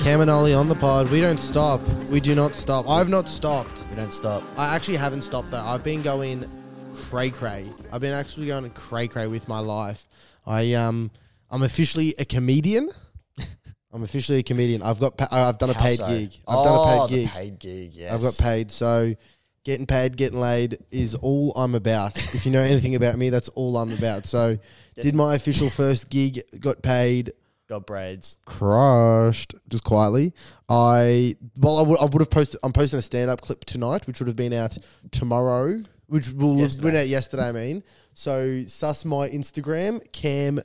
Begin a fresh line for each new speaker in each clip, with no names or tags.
Cam and Ollie on the pod. We don't stop. We do not stop. I've not stopped.
We don't stop.
I actually haven't stopped that. I've been going cray cray. I've been actually going cray cray with my life. I um, I'm officially a comedian. I'm officially a comedian. I've got. Pa- I've done a
How
paid
so?
gig. I've done
oh,
a paid gig.
The paid gig. Yes.
I've got paid. So getting paid, getting laid is all I'm about. if you know anything about me, that's all I'm about. So did my official first gig, got paid,
Got braids.
crushed, just quietly. I well, I would I would have posted. I'm posting a stand up clip tonight, which would have been out tomorrow, which will have been out yesterday. I mean, so sus my Instagram cam.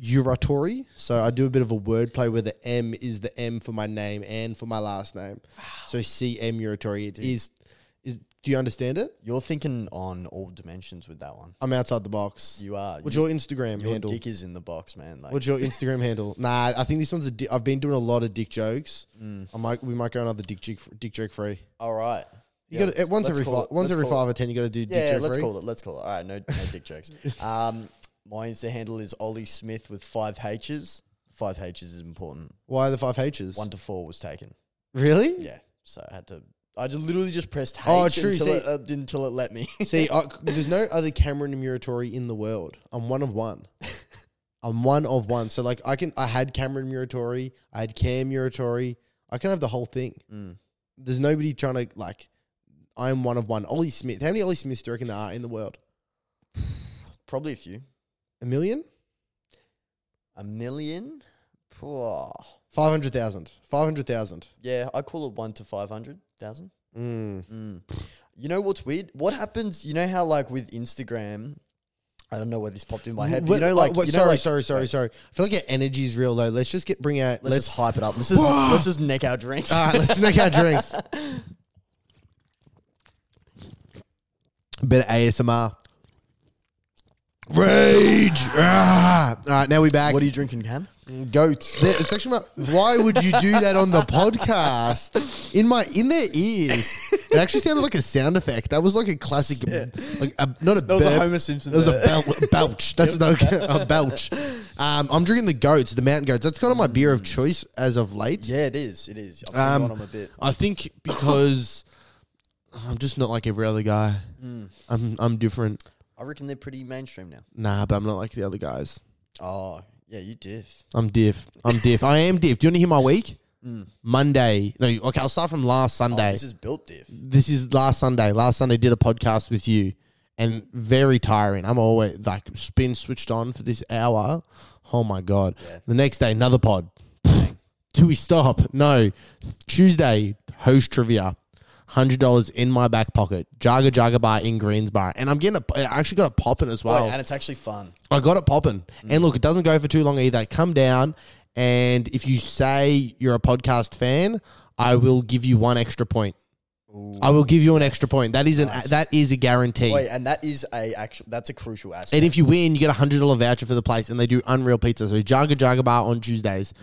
Uratori. So I do a bit of a wordplay where the M is the M for my name and for my last name. So CM Uratori it is is do you understand it?
You're thinking on all dimensions with that one.
I'm outside the box.
You are.
What's
You-
your Instagram
your
handle?
dick is in the box, man. Like,
What's your Instagram handle? Nah, I think this one's a. Di- I've been doing a lot of dick jokes.
Mm.
I might we might go another dick joke dick joke free.
all right.
You
Yeah,
got to
let's-
once
let's
every
call
five
it-
once
let's
every
call it.
five or ten. You got to do dick
Yeah,
joke
let's
free.
call it. Let's call it. All right, no, no dick jokes. Um, my Insta handle is Ollie Smith with five H's. Five H's is important.
Why are the five H's?
One to four was taken.
Really?
Yeah, so I had to. I just literally just pressed H
Oh, true,
until,
see-
it, uh, until it let me.
See, I, there's no other Cameron Muratori in the world. I'm one of one. I'm one of one. So like I can I had Cameron Muratori, I had Cam Muratori. I can have the whole thing.
Mm.
There's nobody trying to like. I'm one of one. Ollie Smith. How many Ollie Smiths do you reckon there are in the world?
Probably a few.
A million?
A million? Poor.
Five hundred thousand. Five hundred thousand.
Yeah, I call it one to 500,000.
Mm.
Mm. You know what's weird? What happens? You know how, like, with Instagram, I don't know where this popped in my head, but you know, like, you know,
uh, sorry,
like-
sorry, sorry, sorry. I feel like our energy is real low. Let's just get bring out.
Let's,
Let's, Uh,
just hype it up. Let's just, let's just neck our drinks.
all right. Let's sneak our drinks. Bit of ASMR. Rage! Ah! All right, now we back.
what are you drinking, Cam?
Goats. They're- It's actually my, why would you do that on the podcast? In my in their ears, it actually sounded like a sound effect. That was like a classic, like a, not a
That was a
burp.
Homer Simpson
That was a
burp.
bel- belch. That's no, a belch. Um, I'm drinking the goats, the mountain goats. That's kind of my beer of choice as of late.
Yeah, it is. It is. I've been
Um,
on them a bit.
I think because I'm just not like every other guy. I'm I'm different.
I reckon they're pretty mainstream now.
Nah, but I'm not like the other guys.
Oh, yeah, you diff.
I'm diff. I'm diff. I am diff. Do you want to hear my week? Monday. No, okay, I'll start from last
Oh,
Sunday.
this is built diff.
this is last Sunday. Last Sunday did a podcast with you, and very tiring. I'm always like spin switched on for this hour. Oh my god!
Yeah.
The next day, another pod. Do we stop? No. Tuesday, host trivia. Hundred dollars in my back pocket. Jaga Jaga Bar in Greensboro, and I'm getting a. I actually got a popping as well.
Wait, and it's actually fun.
I got it popping. And look, it doesn't go for too long either. Come down, and if you say you're a podcast fan, I will give you one extra point. I will give you an extra point. That is an that is a guarantee.
Wait, and that is a actual. That's a crucial aspect.
And if you win, you get a hundred dollar voucher for the place, and they do unreal pizza. So Jaga Jaga Bar on Tuesdays.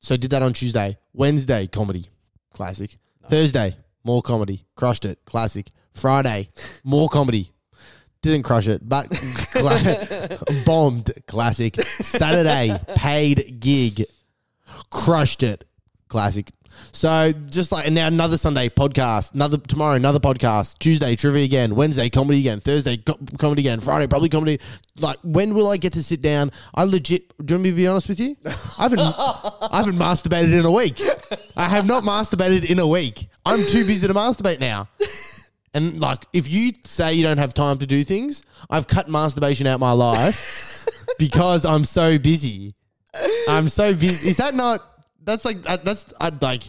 So I did that on Tuesday, Wednesday comedy, classic. Thursday more comedy, crushed it, classic. Friday more comedy, didn't crush it, but cla- bombed, classic. Saturday paid gig, crushed it, classic. So just like and now another Sunday podcast, another tomorrow another podcast, Tuesday trivia again, Wednesday comedy again, Thursday co- comedy again, Friday probably comedy. Like when will I get to sit down? I legit. Do you want me to be honest with you? I haven't I haven't masturbated in a week. I have not masturbated in a week. I'm too busy to masturbate now. And like, if you say you don't have time to do things, I've cut masturbation out my life because I'm so busy. I'm so busy. Is that not? That's like that- that's I'd like.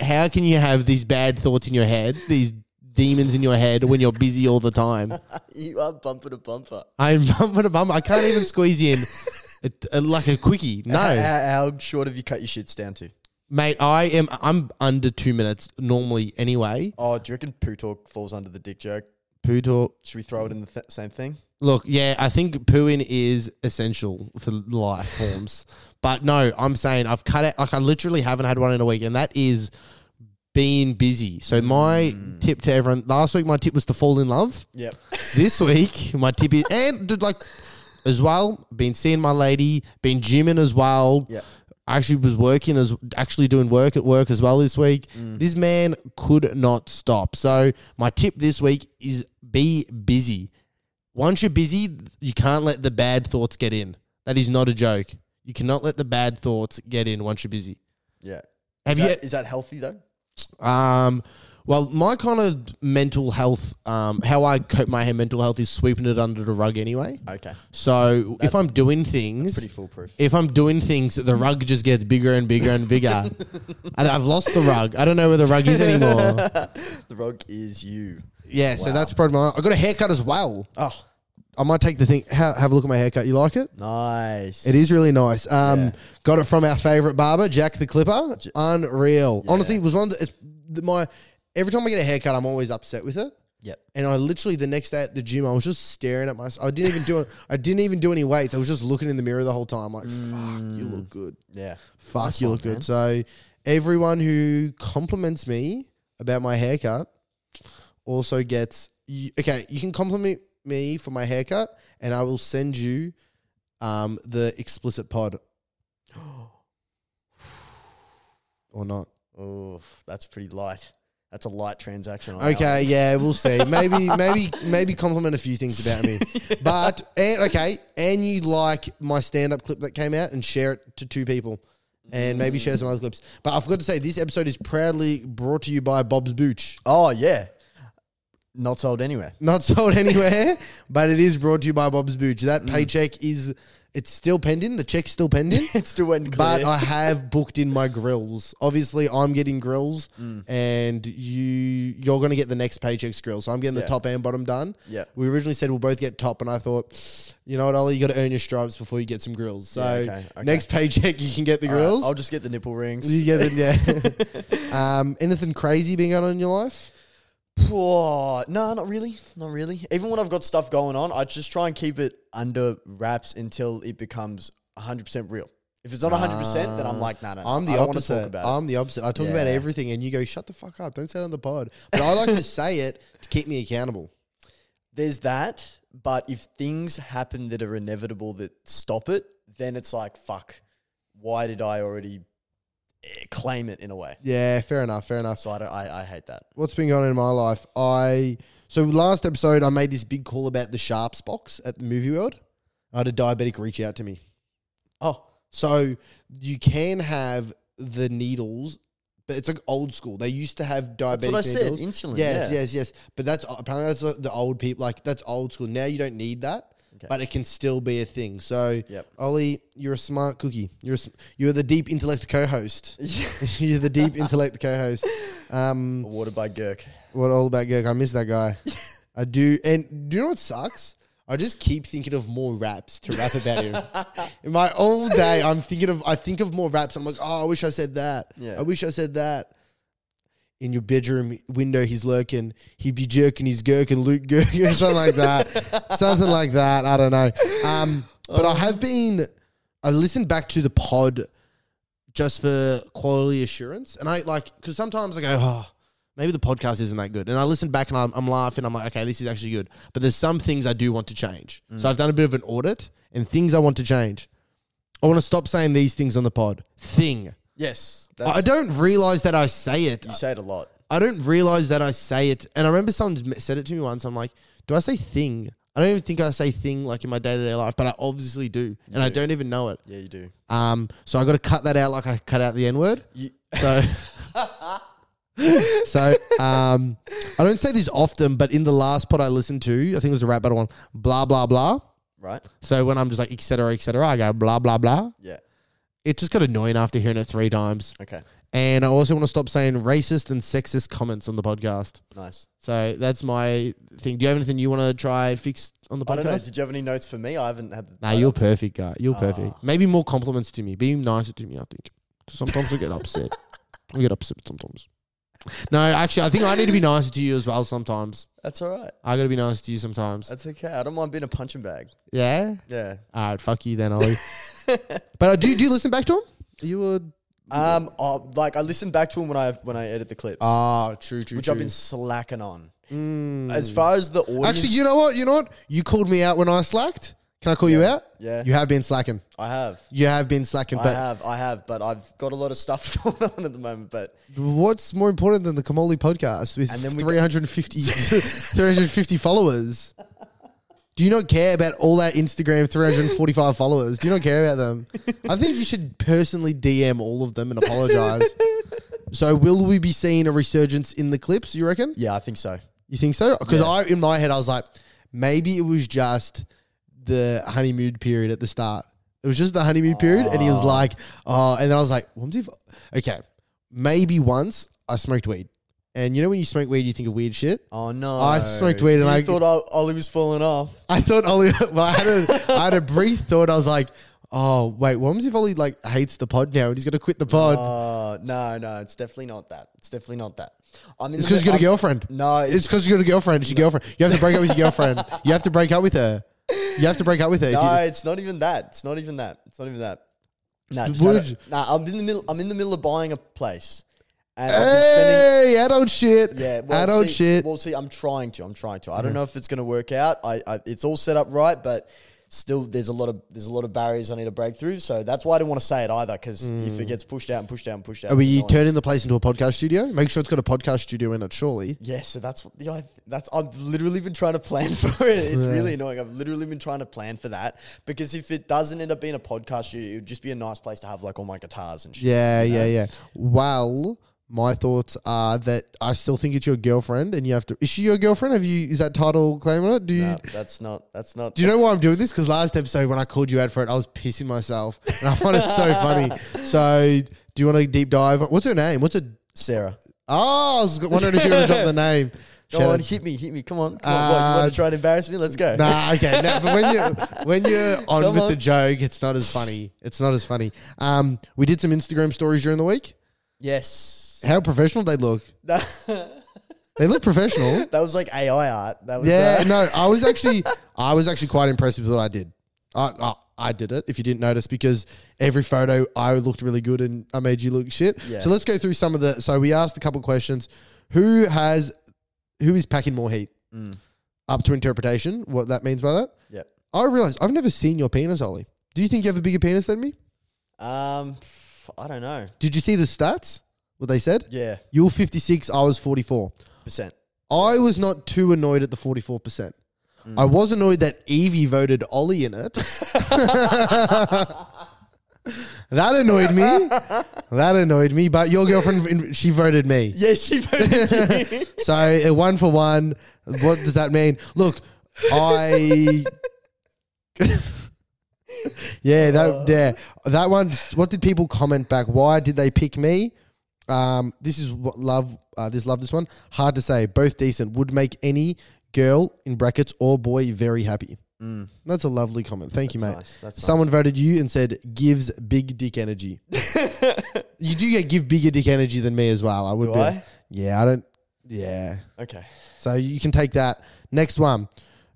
How can you have these bad thoughts in your head, these demons in your head, when you're busy all the time?
you are bumper to bumper.
I'm bumping a bum. I can't even squeeze in a, a- like a quickie. No,
How, how- how short have you cut your shits down to?
mate. I am. I'm under two minutes normally. Anyway,
Oh, do you reckon poo talk falls under the dick joke?
poo talk.
Should we throw it in the th- same thing?
Look, yeah, I think pooing is essential for life forms. but no, I'm saying I've cut it. Like, I literally haven't had one in a week, and that is being busy. So, my tip to everyone last week, my tip was to fall in love.
Yep.
This week, my tip is, and dude, like, as well, been seeing my lady, been gymming as well.
Yep.
I actually was working as actually doing work at work as well this week. This man could not stop. So my tip this week is be busy. Once you're busy, you can't let the bad thoughts get in. That is not a joke. You cannot let the bad thoughts get in once you're busy.
Yeah.
Have
is
you e-
That, is that healthy though?
um, well, my kind of mental health, um, how I cope my mental health is sweeping it under the rug anyway.
Okay.
So if I'm doing things,
Pretty foolproof.
if I'm doing things, the rug just gets bigger and bigger and bigger. and I've lost the rug. I don't know where the rug is anymore.
the rug is you.
Yeah, so that's probably my. I got a haircut as well.
Oh,
I might take the thing. Ha- have a look at my haircut. You like it?
nice.
It is really nice. Um,
Yeah.
got it from our favorite barber, Jack the Clipper. Unreal. Honestly, it was one of the, it's the, my. Every time I get a haircut, I'm always upset with it.
Yep.
And I literally the next day at the gym, I was just staring at myself. I didn't even do it. I didn't even do any weights. I was just looking in the mirror the whole time. Like, fuck, you look good.
Yeah.
Fuck,
Nice
you
one,
look good.
man.
So everyone who compliments me about my haircut also gets. You, okay, you can compliment me for my haircut, and I will send you um, the explicit pod. Or not.
Oh, that's pretty light. That's a light transaction. on our
Okay,
end.
yeah, we'll see. Maybe, maybe, maybe compliment a few things about me. But and okay, and you like my stand-up clip that came out, and share it to two people, and maybe share some other clips. But I forgot to say, this episode is proudly brought to you by Bob's Booch.
Oh yeah. Not sold anywhere.
Not sold anywhere, but it is brought to you by Bob's Booch. That paycheck is it's still pending. The check's still pending.
It still went
But
clear.
I have booked in my grills. Obviously, I'm getting grills,
Mm.
and you you're going to get the next paycheck's grill. So I'm getting the
Yeah.
top and bottom done.
Yeah.
we originally said we'll both get top, and I thought, you know what, Ollie, you got to earn your stripes before you get some grills. So
Yeah, okay, okay.
next paycheck, you can get the
All right,
grills.
I'll just get the nipple rings.
you get it, yeah. um, anything crazy being going on in your life?
Whoa, no, not really. Not really. Even when I've got stuff going on, I just try and keep it under wraps until it becomes 100% real. If it's not 100%, then I'm like, nah, nah. nah,
Ah. I'm the
I don't wanna
opposite.
Talk about it.
I'm the opposite. I talk about
Yeah.
everything, and you go, "Shut the fuck up! Don't say it on the pod." But I like to say it to keep me accountable.
There's that, but if things happen that are inevitable that stop it, then it's like, fuck, why did I already eh, claim it in a way?
Yeah, fair enough. Fair enough.
So I, don't, I, I hate that.
what's been going on in my life? I so last episode I made this big call about the Sharps box at the Movie World. I had a diabetic reach out to me.
Oh,
So you can have the needles, but it's like old school. They used to have diabetic
what I said,
needles.
insulin,
Yes,
yeah.
yes, yes. But that's apparently that's the- the old people. Like that's old school. Now you don't need that.
Okay.
But it can still be a thing. So,
Yep.
Ollie, you're a smart cookie. You're a, sm- you're the deep intellect co-host. you're the deep intellect co-host. Um,
awarded by Girk.
what all about Gerg? I miss that guy. I do. And do you know what sucks? I just keep thinking of more raps to rap about him. In my all day, I'm thinking of I think of more raps. I'm like, oh, I wish I said that.
Yeah.
I wish I said that. In your bedroom window, he's lurking. He'd be jerking his gherkin, Luke Gherkin, something like that. something like that. I don't know. Um, but I have been. I listened back to the pod just for quality assurance. And I like because sometimes I go, oh, maybe the podcast isn't that good. And I listen back and I'm, I'm laughing. I'm like, okay, this is actually good. But there's some things I do want to change. So I've done a bit of an audit and things I want to change. I want to stop saying these things on the pod. Thing.
Yes.
I
That's,
I don't realize that I say it.
you say it a lot.
I don't realize that I say it. And I remember someone m- said it to me once. I'm like, do I say thing? I don't even think I say thing like in my day to day life, but I obviously do. And I don't even know it.
Yeah, you do.
Um, so I got to cut that out like I cut out the N word.
You,
So, so um, I don't say this often, but in the last pod I listened to, I think it was the rap battle one, blah blah blah.
right?
So when I'm just like etc. etc. I go blah blah blah.
Yeah.
It just got annoying after hearing it three times,
Okay.
and I also want to stop saying racist and sexist comments on the podcast.
Nice.
So that's my thing. Do you have anything you want to try and fix on the
I don't know.
podcast?
Did you have any notes for me? I haven't had.
Nah, you're perfect, guy. You're perfect. Maybe more compliments to me. Be nicer to me, I think. 'Cause Sometimes I get upset. I get upset sometimes. No, actually, I think I need to be nicer to you as well sometimes.
That's all right.
I got to be nice to you sometimes.
That's okay. I don't mind being a punching bag.
Yeah?
Uh, Yeah.
All right, fuck you then, Ollie. but I do, do you listen back to him? You would.
Um. I'll, like I listen back to him when I when I edit the clip,
Ah, true, true,
which I've been slacking on.
Mm.
As far as the audience,
Actually, you know what? You know what? You called me out when I slacked. Can I call you out?
Yeah.
You have been slacking.
I have.
You have been slacking.
I
But
have, I have, but I've got a lot of stuff going on at the moment. But
what's more important than the Kamali podcast with
And then we got-
350, 350 followers? Do you not care about all that Instagram 345 followers? Do you not care about them? I think you should personally DM all of them and apologize. so, will we be seeing a resurgence in the clips, you reckon?
yeah, I think so.
You think so? Because
Yeah.
I, in my head, I was like, maybe it was just the honeymoon period at the start. It was just the honeymoon period, and he was like, "Oh," and then I was like, "What if?" Okay, maybe once I smoked weed, and you know when you smoke weed, you think of weird shit.
Oh no,
I smoked weed and
You
I-
thought Ol- Ollie was falling off.
I thought Ollie. Well, I had a, I had a brief thought. I was like, "Oh wait, what if Ollie like hates the pod now and he's gonna quit the pod?
Oh no, no, it's definitely not that. It's definitely not that. I'm in
it's
the-
because you got a
I'm-
girlfriend.
No, it's,
It's because you got a girlfriend. It's your girlfriend. You have to break up with your girlfriend. You have to break up with her. You have to break up with her. if
no,
you,
it's not even that. It's not even that. It's not even that. Nah, just
Would
had a-
you-
nah, I'm in the middle. I'm in the middle of buying a place, and I've been spending
Hey, adult shit.
Yeah, well,
adult
see,
Eh, shit. Mm.
Well, see, I'm trying to. I'm trying to. I don't know if it's going to work out. I, I, it's all set up right, but still, there's a lot of there's a lot of barriers I need to break through. So that's why I didn't want to say it either, because if it gets pushed out and pushed out and pushed out,
Mm. Are
it's
we
annoying.
turning the place into a podcast studio? Make sure it's got a podcast studio in it, surely.
Yeah, so that's what- yeah, I- that's I've literally been trying to plan for it. It's really annoying. I've literally been trying to plan for that because if it doesn't end up being a podcast studio, it would just be a nice place to have like all my guitars and shit.
Yeah, yeah, yeah. Well, my thoughts are that I still think it's your girlfriend, and you have to. Is she your girlfriend? Have you? Is that title claim on it? Do you?
Nah, that's not. That's not.
Do you know why I'm doing this? Because last episode when I called you out for it, I was pissing myself, and I find it so funny. So, do you want to deep dive? What's her name? What's a?
Sarah?
Oh, I was wondering if you were going to drop the name.
Go
Shout out-
on, hit me, hit me. Come on, come on. what, you want
Uh,
to try and embarrass me? Let's go.
Nah, okay. No, but when you when you're on
Come
with
on.
the joke, it's not as funny. It's not as funny. Um, we did some Instagram stories during the week.
Yes.
How professional they look.
that
They look professional.
was like AI art. That was
Yeah.
uh,
No, I was actually I was actually quite impressed with what I did. I, I I did it. If you didn't notice, because every photo I looked really good and I made you look shit.
Yeah.
So let's go through some of the. So we asked a couple of questions. Who has who is packing more heat?
Mm.
Up to interpretation. What that means by that.
Yep.
I realized I've never seen your penis, Ollie. Do you think you have a bigger penis than me?
Um, I don't know.
Did you see the stats? What they said?
Yeah,
You were 56, I was 44.
percent.
I was not too annoyed at the 44%. I was annoyed that Evie voted Ollie in it. that annoyed me. That annoyed me. But your girlfriend, she voted me.
Yeah, she voted you.
So a one for one. What does that mean? Look, I. yeah, that yeah, that one. What did people comment back? Why did they pick me? Um, this is what love. Uh, this love. This one hard to say. Both decent. Would make any girl in brackets or boy very happy. That's a lovely comment. Thank you, mate.
nice. Mm. That's
Someone voted you and said gives big dick energy. you do get give bigger dick energy than me as well. I would
Do
be.
I?
Yeah, I don't. Yeah.
Okay.
So you can take that. Next one.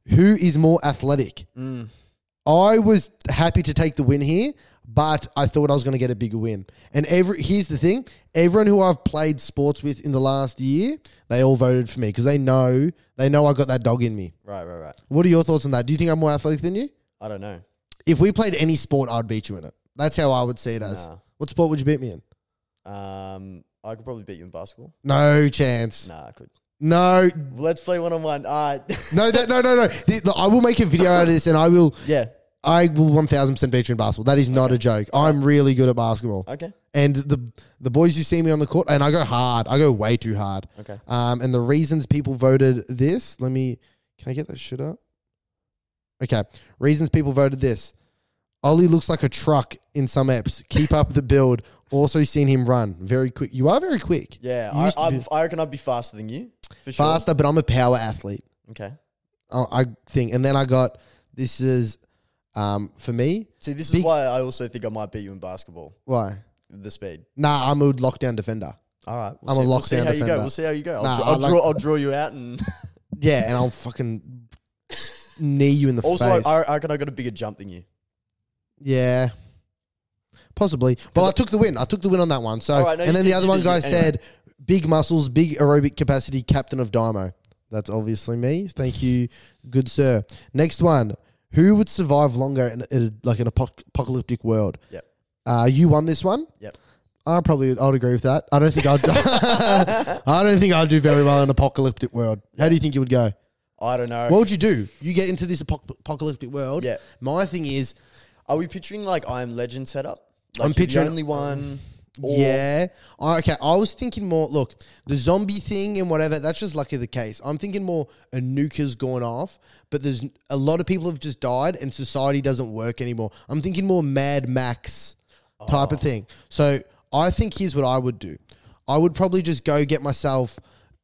Who is more athletic?
Mm.
I was happy to take the win here, but I thought I was going to get a bigger win. And every here's the thing: everyone who I've played sports with in the last year, they all voted for me because they know they know I got that dog in me.
Right, right, right.
What are your thoughts on that? Do you think I'm more athletic than you?
I don't know.
If we played any sport, I'd beat you in it. That's how I would see it as.
Nah.
What sport would you beat me in?
Um, I could probably beat you in basketball.
No chance.
Nah, I could.
No,
Let's play Uh, one on one. All right.
no, that, no, no, no. The- the- I will make a video out of this, and I will.
yeah.
I will one thousand percent beat you in basketball. That is not a joke. I'm really good at basketball,
Okay.
and the the boys you see me on the court, and I go hard. I go way too hard.
Okay.
Um, and the reasons people voted this. Let me. Can I get that shit up? Okay. Reasons people voted this. Ollie looks like a truck in some apps. Keep up the build. Also seen him run very quick. You are very quick.
Yeah.
You
I,
used to
I,
be
I reckon I'd be faster than you. For sure.
faster, but I'm a power athlete.
Okay.
I I think. And then I got this is um, for me.
See, this is
Big-
why I also think I might beat you in basketball.
Why?
The speed.
Nah, I'm a lockdown defender.
All right.
I'm a
we'll see
lockdown
how you
defender.
go. We'll see how you go. I'll,
Nah,
dra-
I
I'll,
like-
draw, I'll draw you out and.
Yeah, and I'll fucking knee you in the
Also,
face.
I, I reckon I got a bigger jump than you.
yeah. Possibly. But I took the win. I took the win on that one. So
All right, no,
and
you
then
did-
the other
you
one
did,
guy
you- anyway.
said big muscles, big aerobic capacity, captain of Dymo. That's obviously me. Thank you, good sir. Next one. Who would survive longer in, in like an apoc- apocalyptic world?
Yep.
Uh, you won this one.
Yep.
I probably I'd agree with that. I don't think I'd I don't think I'd do very well in an apocalyptic world. How do you think you would go?
I don't know.
What would you do? You get into this apoc- apocalyptic world.
Yeah.
My thing is,
Are we picturing like I am Legend setup? Like
I'm
you're
picturing-
the only one. Or,
yeah. I- okay. I was thinking more. Look, the zombie thing and whatever. That's just lucky the case. I'm thinking more. A nuke has gone off, but there's n- a lot of people have just died, and society doesn't work anymore. I'm thinking more Mad Max type of thing. So I think here's what I would do. I would probably just go get myself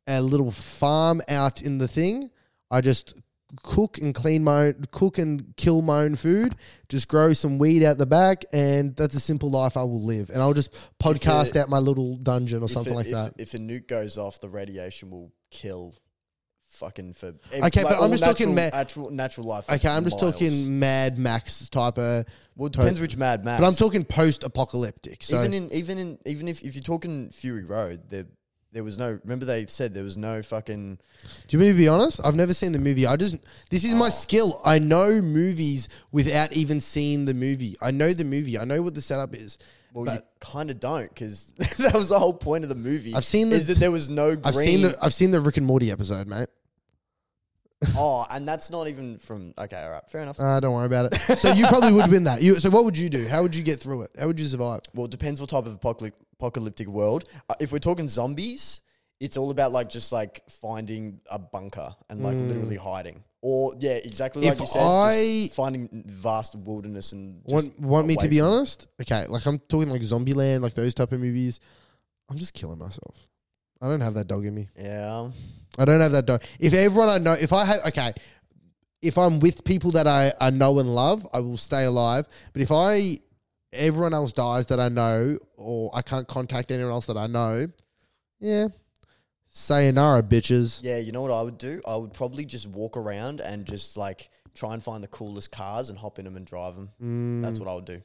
a little farm out in the thing. I just cook and clean my own, cook and kill my own food. Just grow some weed out the back, and that's a simple life I will live. And I'll just podcast out my little dungeon or
if
something
a-
like
if,
that.
If a nuke goes off, the radiation will kill. Fucking for okay,
Okay, but I'm just talking ma-
natural natural life.
Okay, I'm just
miles.
talking Mad Max type of,
Well, it depends which Mad Max.
but I'm talking post-apocalyptic. So
even in even in even if, if you're talking Fury Road, there there was no. Remember they said there was no fucking.
Do you mean to be honest? I've never seen the movie. I just this is
Oh.
my skill. I know movies without even seeing the movie. I know the movie. I know what the setup is.
Well, you kind of don't because that was the whole point of the movie.
I've seen the
is that
t-
there was no green.
I've seen the I've seen the Rick and Morty episode, mate.
oh, and that's not even from. Okay, all right, fair enough.
Uh, don't worry about it. So you probably would win that. You, so what would you do? How would you get through it? How would you survive?
Well, it depends what type of apocalyp- apocalyptic world. Uh, if we're talking zombies, it's all about like just like finding a bunker and like literally hiding. Or yeah, exactly like
Hmm. If
you said,
I-
just finding vast wilderness and just
Want want me to
away
be
from-
honest? Okay, like I'm talking like Zombieland, like those type of movies. I'm just killing myself. I don't have that dog in me.
Yeah,
I don't have that dog. If everyone I know, if I have, okay, if I'm with people that I, I know and love, I will stay alive. But if I, everyone else dies that I know, or I can't contact anyone else that I know, yeah, sayonara, bitches.
yeah. You know what I would do? I would probably just walk around and just like try and find the coolest cars and hop in them and drive them. That's what I would do.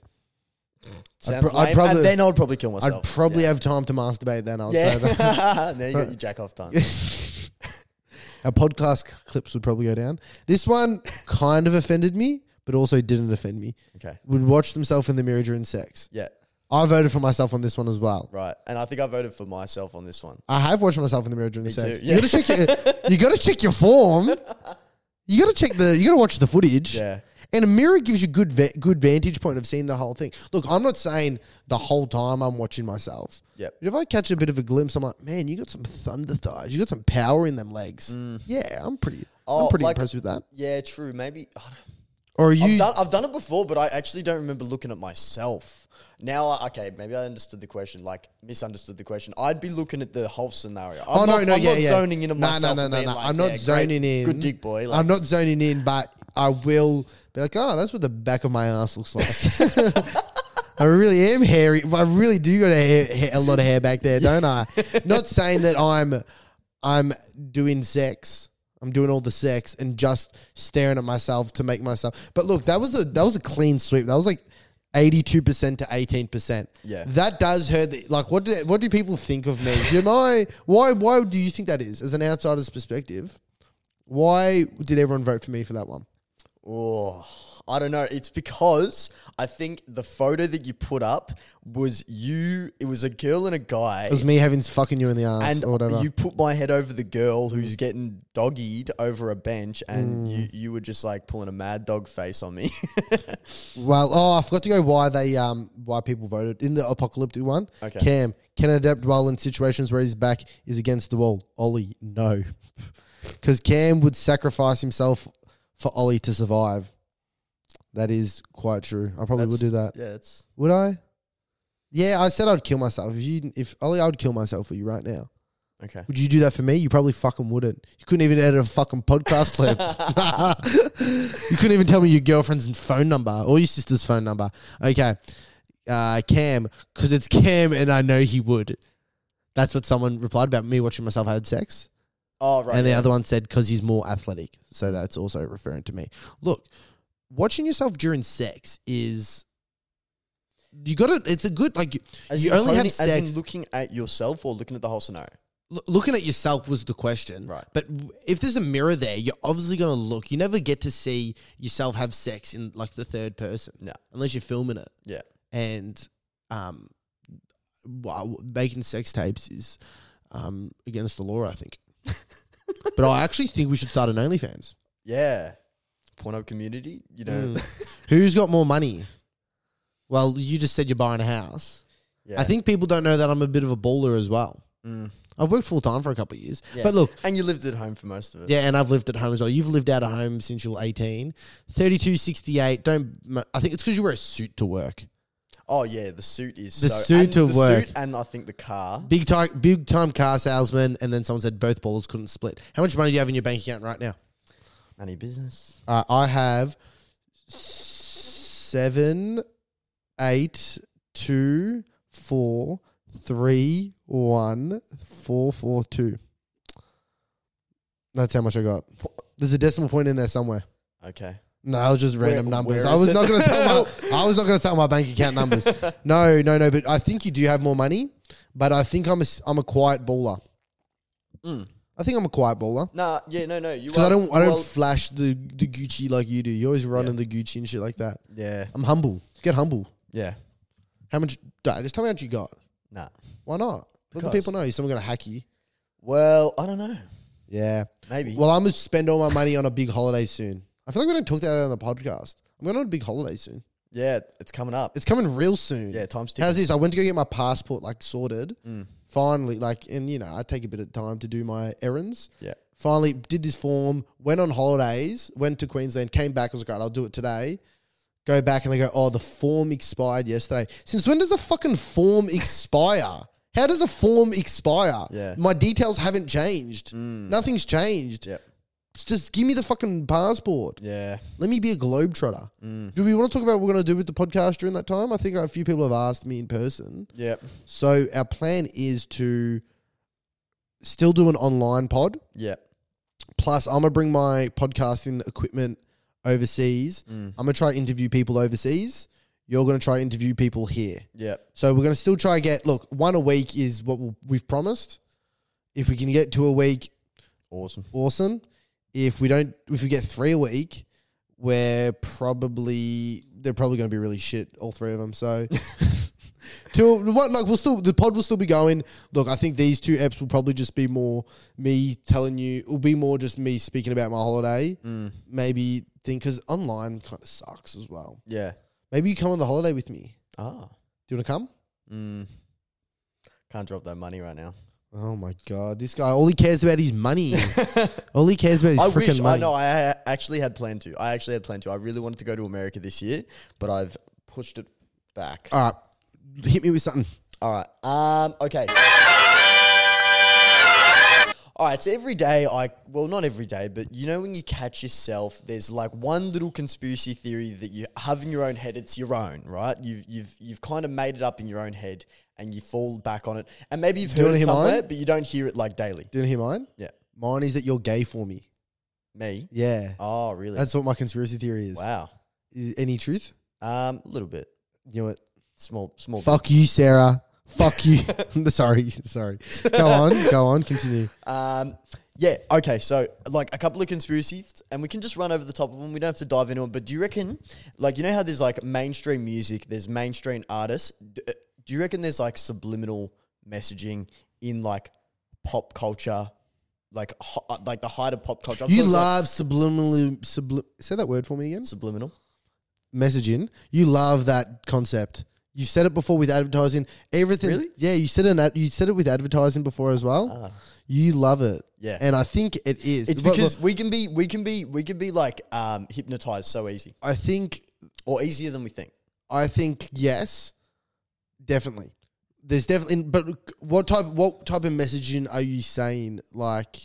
Sounds
pro- Hmm. I'd
lame,
probably-
and then I would probably kill
I'd
myself.
probably have time to masturbate then. I'd
yeah.
say that.
yeah. there you got your jack off time.
Our podcast c- clips would probably go down. This one kind of offended me, but also didn't offend me.
Okay.
Would watch themselves in the mirror during sex.
Yeah.
I voted for myself on this one as well.
Right. And I think I voted for myself on this one.
I have watched myself in the mirror during sex.
too,
You gotta check your, you gotta check your form. You gotta check the you gotta watch the footage.
Yeah.
And a mirror gives you good va- good vantage point of seeing the whole thing. Look, I'm not saying the whole time I'm watching myself.
Yep.
But if I catch a bit of a glimpse, I'm like, man, you got some thunder thighs. You got some power in them legs. Yeah, I'm pretty. I'm
Mm. Oh,
pretty
like-
impressed with that.
Yeah, true. Maybe I don't-
Or are
I've
you?
done, I've done it before, but I actually don't remember looking at myself. Now, I- okay, maybe I understood the question, like misunderstood the question. I'd be looking at the whole scenario. I'm
Oh no,
not,
no,
I'm
yeah,
not
yeah.
zoning in on
No,
myself.
No,
and
no, no,
being
no.
like,
I'm not
yeah, great,
zoning in.
Good dick boy. Like,
I'm not zoning in, but I will be like, oh, that's what the back of my ass looks like. I really am hairy. I really do got a, hair, hair- a lot of hair back there, don't I? not saying that I'm, I'm doing sex. I'm doing all the sex and just staring at myself to make myself. But look, that was a that was a clean sweep. That was like. 82% to 18%.
Yeah.
That does hurt. The, like, what do, what do people think of me? Am I, why, why do you think that is? As an outsider's perspective, why did everyone vote for me for that one?
Oh, I don't know. It's because I think the photo that you put up was you. It was a girl and a guy.
It was me having fucking you in the ass
and
or whatever.
you put my head over the girl who's getting doggied over a bench, and
Mm.
you, you were just like pulling a mad dog face on me.
well, oh, I forgot to go why they um why people voted in the apocalyptic one.
Okay.
Cam can adapt well in situations where his back is against the wall. Ollie, no, because Cam would sacrifice himself for Ollie to survive. That is quite true. I probably would do that.
Yeah, it's
Would I? Yeah, I said I'd kill myself. If you, if Ollie, I would kill myself for you right now.
okay.
Would you do that for me? You probably fucking wouldn't. You couldn't even edit a fucking podcast clip. you couldn't even tell me your girlfriend's phone number or your sister's phone number. Okay. Uh, Cam, because it's Cam and I know he would. That's what someone replied about me watching myself had sex.
Oh right.
and the
yeah.
other one said, because he's more athletic. So that's also referring to me. Look, watching yourself during sex is. You got to It's a good, like, you,
As
you
in
only
honing-
have
As
sex.
in looking at yourself or looking at the whole scenario.
L- looking at yourself was the question.
Right.
But w- if there's a mirror there, you're obviously going to look. You never get to see yourself have sex in like the third person.
No.
Unless you're filming it.
Yeah.
And um, wow, making sex tapes is um, against the law, I think. but I actually think we should start an OnlyFans.
Yeah. Pornhub community, you know.
Mm. Who's got more money? Well, you just said you're buying a house.
yeah.
I think people don't know that I'm a bit of a baller as well.
Mm.
I've worked full time for a couple of years.
Yeah.
But look,
And you lived at home for most of it.
Yeah, and I've lived at home as well. You've lived out of home since you were 18. 3268. Don't m- I think it's cuz you wear a suit to work.
Oh yeah, the suit is
The
so,
suit
and
to
the
work.
suit and I think the car.
Big time big time car salesman and then someone said both ballers couldn't split. How much money do you have in your bank account right now?
Any business?
Uh, I have seven, eight, two, four, three, one, four, four, two. That's how much I got. There's a decimal point in there somewhere.
Okay.
No, I was just random
Where-
numbers.
where
I
is
was
it?
not going to tell my I was not going to tell my bank account numbers. No, no, no. But I think you do have more money. But I think I'm a s- I'm a quiet baller.
Mm.
I think I'm a quiet baller
Nah, yeah, no, no. You
because I
are-
don't I
you
don't
are-
flash the the Gucci like you do. You always run in the Gucci and shit like that.
yeah.
I'm humble. Get humble.
Yeah.
How much? Dad, just tell me how much you got.
Nah.
Why not? Let the
Because-
people know. Is someone going to hack you?
Well, I don't know.
Yeah.
Maybe.
Well, I'm going to spend all my money on a big holiday soon. I feel like we don't talk that out on the podcast. I'm going on a big holiday soon.
yeah, it's coming up.
It's coming real soon.
yeah, time's ticking.
How's this? I went to go get my passport like sorted.
Mm.
Finally, like, and you know, I take a bit of time to do my errands.
Yeah.
Finally, did this form. Went on holidays. Went to Queensland. Came back. I was like, right, I'll do it today. Go back and they go, oh, the form expired yesterday. Since when does a fucking form expire? How does a form expire?
Yeah. Mm.
My details haven't changed. Nothing's changed.
Yep.
It's Just give me the fucking passport.
Yeah.
Let me be a globetrotter. Do we want to talk about what we're going to do with the podcast during that time? I think a few people have asked me in person.
Yep.
So our plan is to still do an online pod.
Yep.
Plus, I'm gonna bring my podcasting equipment overseas. I'm gonna try interview people overseas. You're gonna try interview people here.
Yep.
So we're gonna still try get look one a week is what we'll- we've promised. If we can get to a week,
Awesome.
awesome. If we don't, if we get three a week, we're probably they're probably going to be really shit. All three of them. So, to what like we'll still the pod will still be going. Look, I think these two eps will probably just be more me telling you. It'll be more just me speaking about my holiday.
Mm.
Maybe thing because online kind of sucks as well.
Yeah.
Maybe you come on the holiday with me.
Ah.
Do you want to come?
Mm. Can't drop that money right now.
Oh my god, this guy! All he cares about is money. all he cares about is
I
freaking
wish.
money.
I know. I I actually had planned to. I actually had planned to. I really wanted to go to America this year, but I've pushed it back.
All right, hit me with something.
All right. Um. Okay. All right. So every day, I well, not every day, but you know when you catch yourself, there's like one little conspiracy theory that you have in your own head. It's your own, right? You've you've you've kind of made it up in your own head, and you fall back on it. And maybe you've
Do you
heard
wanna
it
hear
somewhere,
mine?
but you don't hear it like daily.
Do you hear mine?
Yeah.
Mine is that you're gay for me.
Me.
Yeah.
Oh, really?
That's what my conspiracy theory is.
wow.
I- Any truth?
Um, a little bit.
You know what?
Small, small.
Fuck you, Sarah. Fuck you. sorry, sorry. Go on, go on, continue.
Um, yeah. Okay. So, like, a couple of conspiracies, and we can just run over the top of them. We don't have to dive into them. But do you reckon, like, you know how there's like mainstream music, there's mainstream artists. D- uh, Do you reckon there's like subliminal messaging in like pop culture, like ho- uh, like the height of pop culture? I'm
You
talking, like,
love subliminally, sublim- say that word for me again.
subliminal.
Message in. You love that concept. You said it before with advertising. Everything.
Really? Ah.
Yeah, you said it. in Ad, you said it with advertising before as well. You love it.
Yeah.
and I think it is.
It's
But
because
look,
we can be we can be we can be like um, hypnotized so easy,
I think
or easier than we think.
I think yes, definitely. There's definitely, but what type what type of messaging are you saying? Like,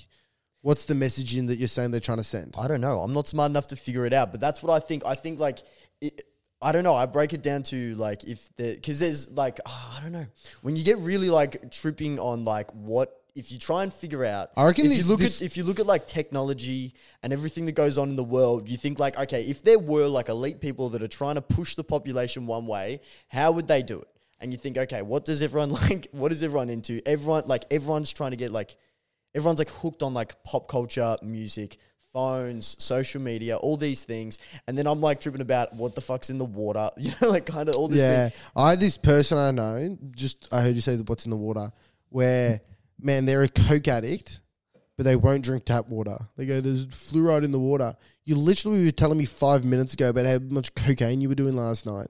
what's the messaging that you're saying they're trying to send?
I don't know. I'm not smart enough to figure it out, but that's what I think. I think like it, I don't know. I break it down to like if the because there's like ah, I don't know when you get really like tripping on like what if you try and figure out.
I reckon
if
this-
you look
this-
at if you look at like technology and everything that goes on in the world, you think like okay, if there were like elite people that are trying to push the population one way, how would they do it? and you think, okay, what does everyone like? What is everyone into? Everyone like everyone's trying to get like everyone's like hooked on like pop culture, music, phones, social media, all these things. And then I'm like tripping about what the fuck's in the water, you know, like kind of all this.
yeah.
thing.
I had this person I know, just I heard you say that what's in the water, where man, they're a coke addict, but they won't drink tap water. They go, There's fluoride in the water. You literally were telling me five minutes ago about how much cocaine you were doing last night.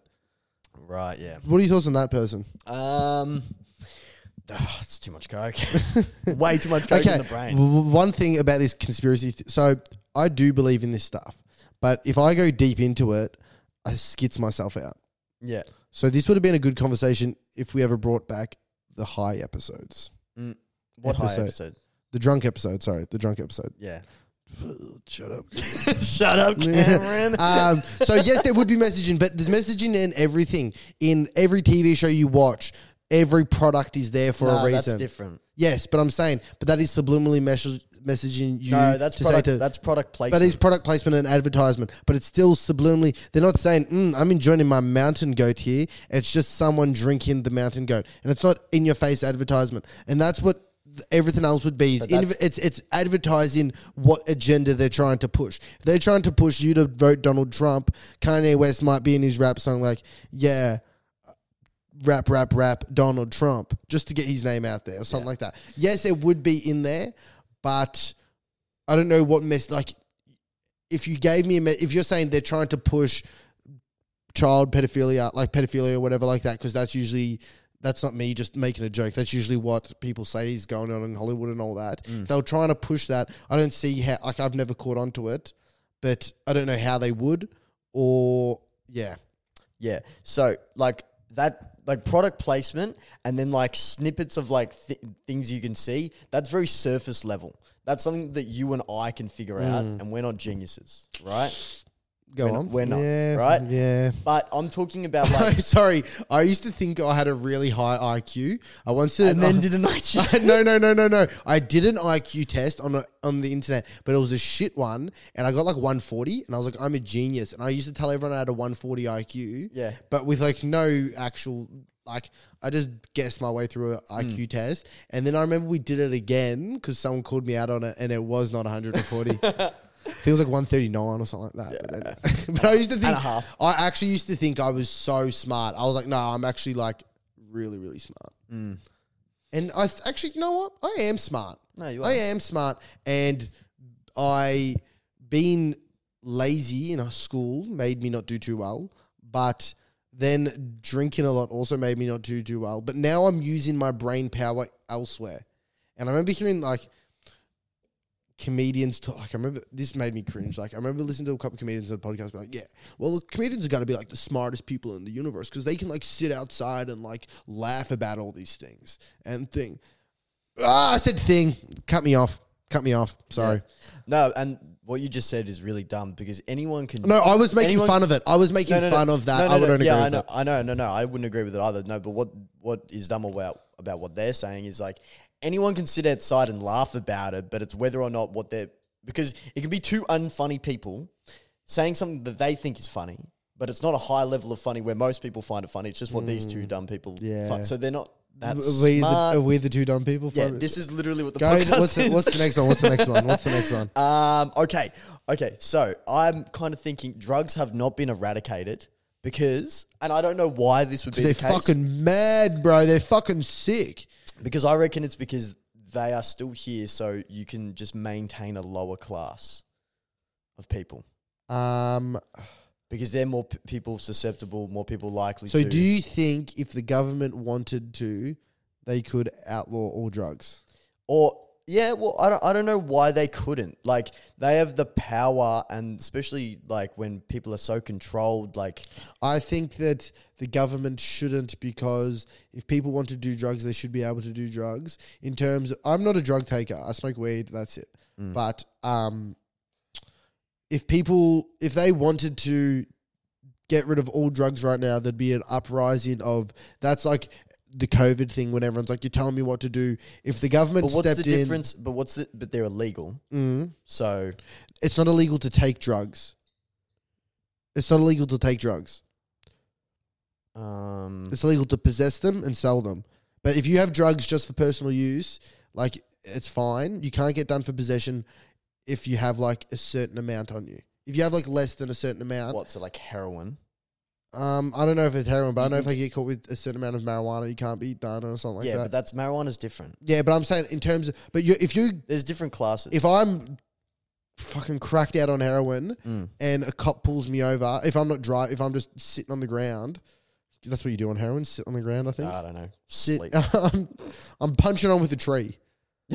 Right. Yeah.
What are your thoughts on that person?
Um. ah, it's too much coke. Way too much coke in the brain.
w- w- One thing about this conspiracy. Th- so I do believe in this stuff, but if I go deep into it, I skits myself out.
Yeah.
So this would have been a good conversation if we ever brought back the high episodes,
What high
Episode.
episode?
the drunk episode. Sorry, the drunk episode.
Yeah.
Shut up.
Shut up, Cameron.
um, so yes, there would be messaging, but there's messaging in everything. In every TV show you watch, every product is there for
No,
a reason.
that's different.
Yes, but I'm saying, but that is subliminally message, messaging you.
No, that's
to
product.
say to,
that's product placement.
But it's product placement and advertisement. But it's still subliminally. They're not saying, mm, "I'm enjoying my mountain goat here." It's just someone drinking the mountain goat, and it's not in your face advertisement. And that's what th- everything else would be. Is
But
inv-
that's-
it's it's advertising what agenda they're trying to push. If they're trying to push you to vote Donald Trump, Kanye West might be in his rap song like, "Yeah." Rap, rap, rap, Donald Trump, just to get his name out there or something like that. Yes, it would be in there, but I don't know what mess. Like, if you gave me a, me- if you're saying they're trying to push child pedophilia, like pedophilia or whatever like that, because that's usually that's not me just making a joke. That's usually what people say is going on in Hollywood and all that.
Mm.
If they were trying to push that. I don't see how. Like, I've never caught on to it, but I don't know how they would. Or yeah,
yeah. So like that, like product placement, and then like snippets of like th- things you can see. That's very surface level. That's something that you and I can figure out,
Mm.
and we're not geniuses, right?
go
We're not-
on.
we're not,
Yeah,
right?
Yeah.
But I'm talking about like,
Sorry, I used to think I had a really high IQ. I once did
and then did an IQ.
no, no, no, no, no. I did an IQ test on a, on the internet, but it was a shit one, and I got like 140, and I was like, I'm a genius, and I used to tell everyone I had a 140 IQ.
Yeah.
but with like no actual like I just guessed my way through an IQ
Hmm.
test, and then I remember we did it again because someone called me out on it, and it was not 140. I think it was like 139 or something like that. But, anyway. But I used to think,
a half.
I actually used to think I was so smart. I was like, no, I'm actually like really, really smart. And I th- actually, you know what? I am smart.
No, you
I
are.
am smart. And I, being lazy in a school made me not do too well. But then drinking a lot also made me not do too well. But now I'm using my brain power elsewhere. And I remember hearing like, comedians talk. Like I remember this made me cringe. Like I remember listening to a couple of comedians on a podcast. Be like, yeah, well, comedians are got to be like the smartest people in the universe because they can like sit outside and like laugh about all these things and thing. Ah, I said thing. Cut me off. Cut me off. Sorry.
no, and what you just said is really dumb because anyone can.
No, I was making
Anyone-
fun of it. I was making
No, no, no.
fun of that.
No, no,
I
no.
wouldn't
yeah,
agree
I
with
know,
that.
I know, no, no, I wouldn't agree with it either. No, but what what is dumb about about what they're saying is like anyone can sit outside and laugh about it, but it's whether or not what they're because it can be two unfunny people saying something that they think is funny, but it's not a high level of funny where most people find it funny. It's just what these two dumb people.
Mm. Yeah.
Find. So they're not that
Are we, the,
smart.
are we the two dumb people?
yeah,
Fuck.
this is literally what the
Go,
podcast
what's, the,
is.
what's the next one? What's the next one? What's the next one?
Um, okay. Okay. So I'm kind of thinking drugs have not been eradicated because, and I don't know why this would be
They're
the case.
fucking mad, bro. They're fucking sick.
because I reckon it's because they are still here, so you can just maintain a lower class of people
Um,
because they're more p- people susceptible, more people likely
So,
to.
do you think if the government wanted to, they could outlaw all drugs?
or yeah, well, I don't, I don't know why they couldn't. Like they have the power, and especially like when people are so controlled, like
I think that the government shouldn't because if people want to do drugs, they should be able to do drugs. In terms, of, I'm not a drug taker. I smoke weed. That's it.
Mm.
But um, if people, if they wanted to get rid of all drugs right now, there'd be an uprising of. That's like the COVID thing when everyone's like, "You're telling me what to do." If the government
but what's the
stepped in,
difference? But what's the? But they're illegal.
Mm.
So
it's not illegal to take drugs. It's not illegal to take drugs.
Um,
It's illegal to possess them and sell them. But if you have drugs just for personal use, like it's fine. You can't get done for possession if you have like a certain amount on you. If you have like less than a certain amount,
what? So like heroin.
um, I don't know if it's heroin, but I know if I get caught with a certain amount of marijuana, you can't be done or something like
Mm-hmm. yeah,
that.
but that's marijuana's different.
yeah, but I'm saying in terms of, but you, if you
There's different classes.
if I'm fucking cracked out on heroin
Mm.
and a cop pulls me over, if I'm not dry, if I'm just sitting on the ground, that's what you do on heroin, sit on the ground, I think.
I don't know.
sit,
Sleep.
I'm, I'm punching on with a tree.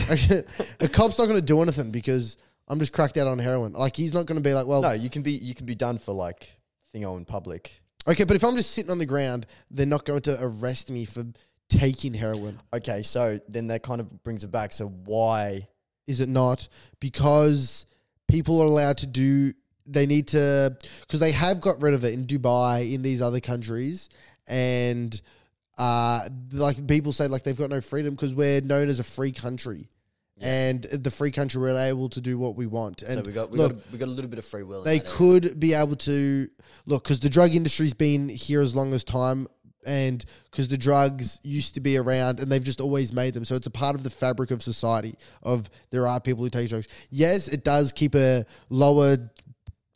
Actually, a cop's not going to do anything because I'm just cracked out on heroin. Like he's not going to be like, well,
No, you can be you can be done for like thing on in public.
okay, but if I'm just sitting on the ground, they're not going to arrest me for taking heroin.
Okay, so then that kind of brings it back. So why?
is it not? Because people are allowed to do. They need to because they have got rid of it in Dubai, in these other countries, and uh, like people say, like they've got no freedom because we're known as a free country, and the free country we're able to do what we want. And
So we got we
look,
got we got a little bit of free will. in
they
that area.
could be able to look because the drug industry's been here as long as time and because the drugs used to be around and they've just always made them so it's a part of the fabric of society of there are people who take drugs yes it does keep a lower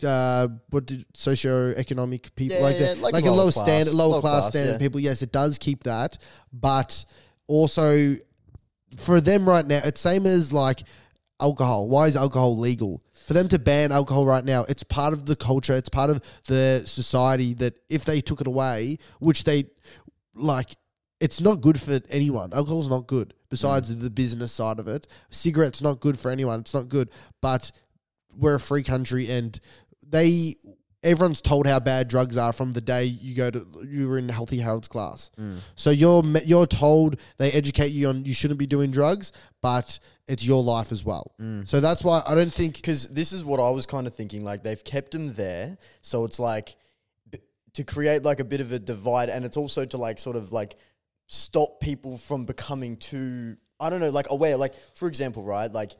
uh, what did socioeconomic people
Yeah,
like
yeah,
the,
like
like, a
lower
lower
class-
standard lower,
lower
class,
class,
standard
yeah.
people yes it does keep that but also for them right now, it's same as like alcohol. Why is alcohol legal? For them to ban alcohol right now, it's part of the culture. It's part of the society that if they took it away, which they like, it's not good for anyone. Alcohol's not good. Besides
Mm.
the business side of it, cigarettes not good for anyone. It's not good. But we're a free country, and they everyone's told how bad drugs are from the day you go to you were in Healthy Harold's class. So you're me- you're told they educate you on you shouldn't be doing drugs, but it's your life as well. So that's why I don't think
because this is what I was kind of thinking. Like they've kept them there, so it's like b- to create like a bit of a divide, and it's also to like sort of like stop people from becoming too. I don't know, like aware. Like for example, right? Like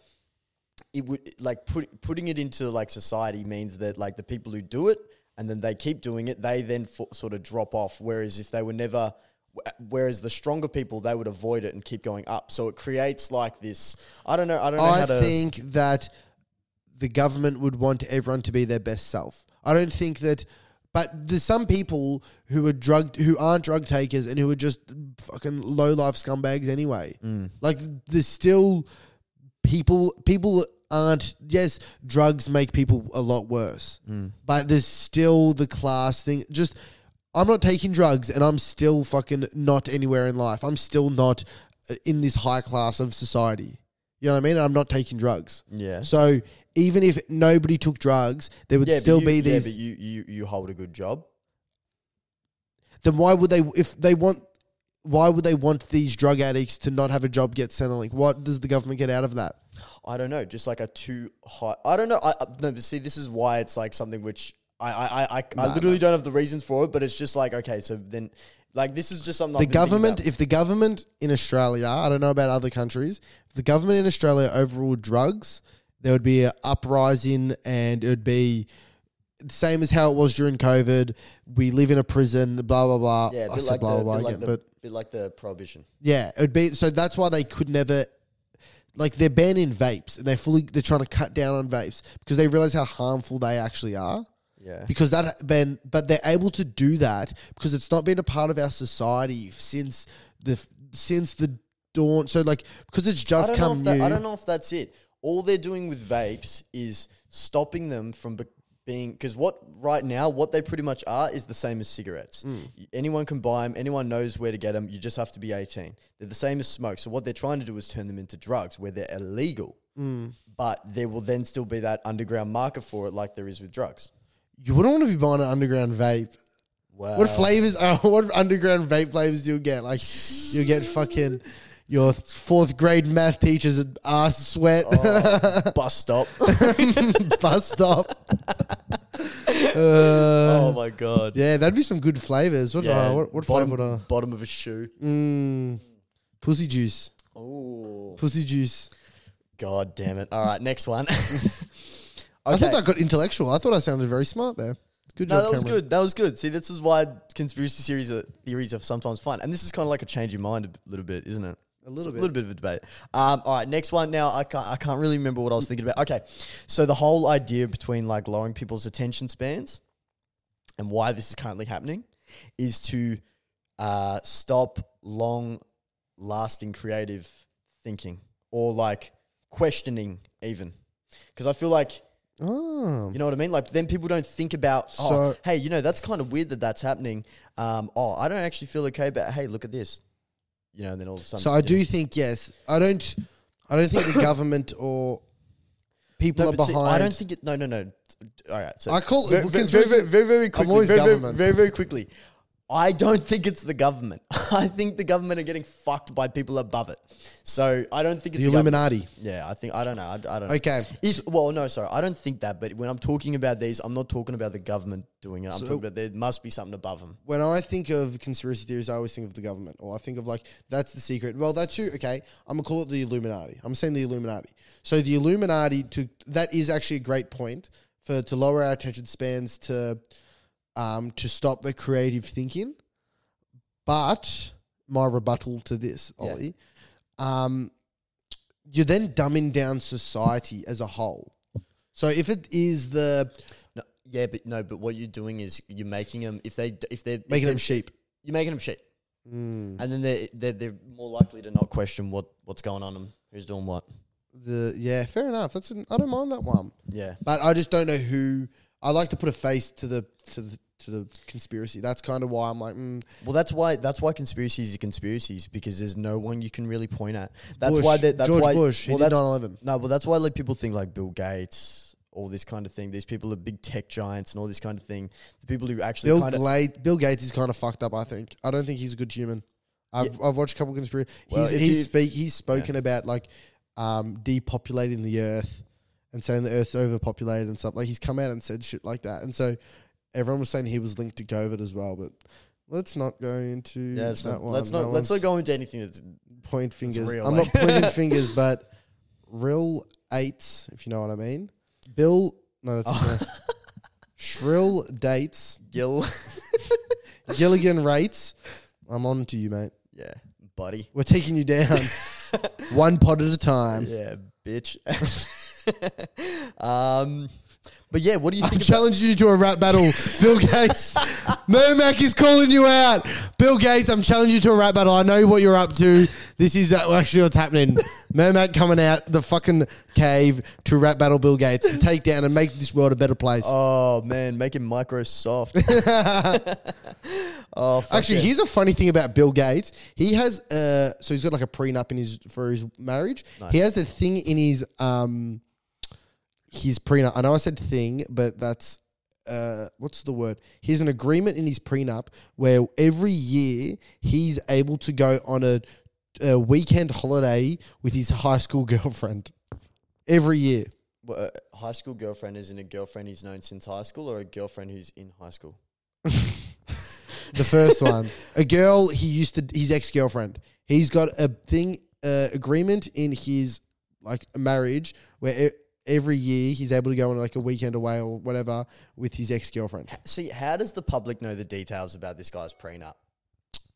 it would like put, putting it into like society means that like the people who do it and then they keep doing it, they then fo- sort of drop off. Whereas if they were never wh- Whereas the stronger people, they would avoid it and keep going up. So it creates like this. I don't know. I don't know
I
how to.
think that the government would want everyone to be their best self. I don't think that. But there's some people who are drug who aren't drug takers and who are just fucking low life scumbags anyway. Like there's still people people aren't yes drugs make people a lot worse
Mm.
but there's still the class thing just i'm not taking drugs and i'm still fucking not anywhere in life i'm still not uh, in this high class of society you know what i mean i'm not taking drugs
yeah.
so even if nobody took drugs there would
Yeah, but
still
you-
be these
Yeah, but you, you you hold a good job.
then why would they if they want why would they want these drug addicts to not have a job get Centrelink? What does the government get out of that?
I don't know, just like a too high. I don't know. I, I- no, but see, this is why it's like something which I I I, I, I literally don't have the reasons for it, but it's just like okay, so then like this is just something I've
the
been thinking
government,
about.
if the government in Australia, I don't know about other countries, if the government in Australia overruled drugs, there would be an uprising and it would be the same as how it was during COVID. We live in a prison, blah, blah, blah.
yeah, a
I
bit
said
like
blah,
the,
blah,
bit
blah
like
again,
the
but
bit like the prohibition.
yeah, it would be, so that's why they could never, like they're banning vapes and they're fully, they're trying to cut down on vapes because they realize how harmful they actually are
Yeah,
because that been but they're able to do that because it's not been a part of our society since the since the dawn so like because it's
I
just
don't know
come
if that,
new
I don't know if that's it. All they're doing with vapes is stopping them from be- being because what right now what they pretty much are is the same as cigarettes.
Hmm.
Anyone can buy them. Anyone knows where to get them. You just have to be eighteen. They're the same as smoke. So what they're trying to do is turn them into drugs where they're illegal.
Hmm.
But there will then still be that underground market for it, like there is with drugs.
you wouldn't want to be buying an underground vape
Wow.
what flavors are what underground vape flavors do you get like you get fucking your fourth grade math teacher's ass sweat
Oh. bus stop.
bus stop
oh my god.
Uh, yeah that'd be some good flavors what uh, what, what
bottom,
flavor would I
bottom of a shoe.
mm, pussy juice
Oh.
pussy juice
God damn it. All right, next one.
I
Okay.
thought that got intellectual. I thought I sounded very smart there. Good
No,
job,
that was
Cameron.
good. That was good. See, this is why conspiracy series are, theories are sometimes fun, and this is kind of like a change of mind a b- little bit, isn't it? A
little
a little bit of a debate. Um, all right, next one. Now I can't, I can't really remember what I was thinking about. Okay, so the whole idea between like lowering people's attention spans and why this is currently happening is to uh, stop long-lasting creative thinking or like questioning, even because I feel like
Oh.
you know what I mean? Like then people don't think about, oh,
So-
hey, you know that's kind of weird that that's happening. Um, oh, I don't actually feel okay, but hey, look at this. You know, and then all of a sudden.
So I
you
do
know.
think yes. I don't. I don't think the government or people
No,
are
but
behind.
see, I don't think it. No, no, no. All right. So
I call it-
very, very, very,
conspiracy-
very, very, very quickly.
always
very, very-
government.
Very, very quickly. I don't think it's the government. I think the government are getting fucked by people above it. So I don't think it's
the
the government.
Illuminati.
Yeah, I think I don't know. I, I don't.
Okay.
If well, no, sorry, I don't think that. But when I'm talking about these, I'm not talking about the government doing it. I'm talking about there must be something above them.
When I think of conspiracy theories, I always think of the government, or I think of like that's the secret. Well, that's true. Okay, I'm gonna call it the Illuminati. I'm saying the Illuminati. So the Illuminati to that is actually a great point for to lower our attention spans to, um, to stop the creative thinking. But my rebuttal to this, Ollie, um, you're then dumbing down society as a whole. So if it is the
No, yeah, but no, but what you're doing is you're making them if they d- if they're if
making
they're-
them sheep, Hmm.
you're making them shit, and then they they're, they're more likely to not question what what's going on and who's doing what.
the yeah, fair enough. That's an, I don't mind that one.
Yeah,
But I just don't know who. I like to put a face to the to the to the conspiracy. That's kind of why I'm like, mm,
well, that's why that's why conspiracies are conspiracies because there's no one you can really point at. That's
Bush,
why they- that's
George
why
Bush.
well,
he did
that's
9/11.
No, well, that's why like people think like Bill Gates, all this kind of thing. These people are big tech giants and all this kind of thing. The people who actually
Bill,
kind of
Gla- Bill Gates is kind of fucked up. I think. I don't think he's a good human. I've I've watched a couple of conspiracy.
Well,
he's
if
he's
you-
speak he's spoken about like um, depopulating the earth and saying the earth's overpopulated and stuff. Like he's come out and said shit like that. And so everyone was saying he was linked to COVID as well. But let's not go into
yeah, let's
that
not,
one.
let's not
That
let's
one's-
not go into anything that's
point fingers.
real,
I'm
like-
not pointing fingers, but real eights, if you know what I mean. Bill, no, that's
Oh.
shrill dates.
Gil.
Gilligan rates. I'm on to you, mate.
yeah, buddy.
We're taking you down one pot at a time.
Yeah, bitch. um, but yeah, what do you
I'm
think? about-
challenging you to a rap battle, Bill Gates. Mermac is calling you out. Bill Gates, I'm challenging you to a rap battle. I know what you're up to. This is uh, actually what's happening. Mermac coming out the fucking cave to rap battle Bill Gates, to take down and make this world a better place.
Oh man, making Microsoft. oh, fuck
Actually,
yeah.
here's a funny thing about Bill Gates. He has uh, so he's got like a prenup in his for his marriage. He has a thing in his um, his prenup. I know I said thing, but that's uh, what's the word? He has an agreement in his prenup where every year he's able to go on a, a weekend holiday with his high school girlfriend every year.
Well, a uh, high school girlfriend isn't a girlfriend he's known since high school, or a girlfriend who's in high school.
The first one, a girl he used to his ex girlfriend. He's got a thing uh, agreement in his like marriage where e- every year he's able to go on like a weekend away or whatever with his ex girlfriend.
See, how does the public know the details about this guy's prenup?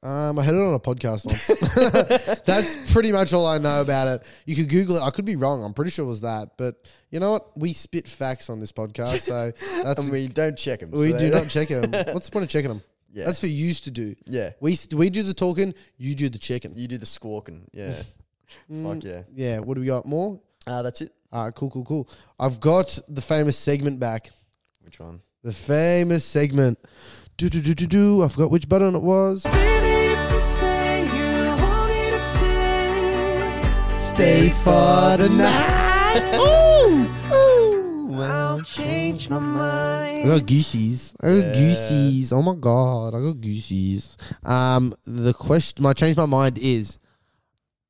Um, I heard it on a podcast once. That's pretty much all I know about it. You could Google it. I could be wrong. I'm pretty sure it was that, but you know what? We spit facts on this podcast, so that's
And we don't check him.
we
so-
do not check them. What's the point of checking them?
Yeah.
That's for you to do.
Yeah.
We s- we do the talking. You do the chicken.
You do the squawking. Yeah.
Mm.
Fuck yeah.
Yeah, what do we got more?
Ah, that's it.
All right, cool, cool, cool. I've got the famous segment back.
Which one?
The famous segment. Do do do do do. I forgot which button it was.
Baby, if you say you want me to
Stay
stay,
for the night. ooh, ooh.
I'll change my mind.
I got goosies. I got goosies. Oh my god, I got goosies. Um, the question. My change my mind is,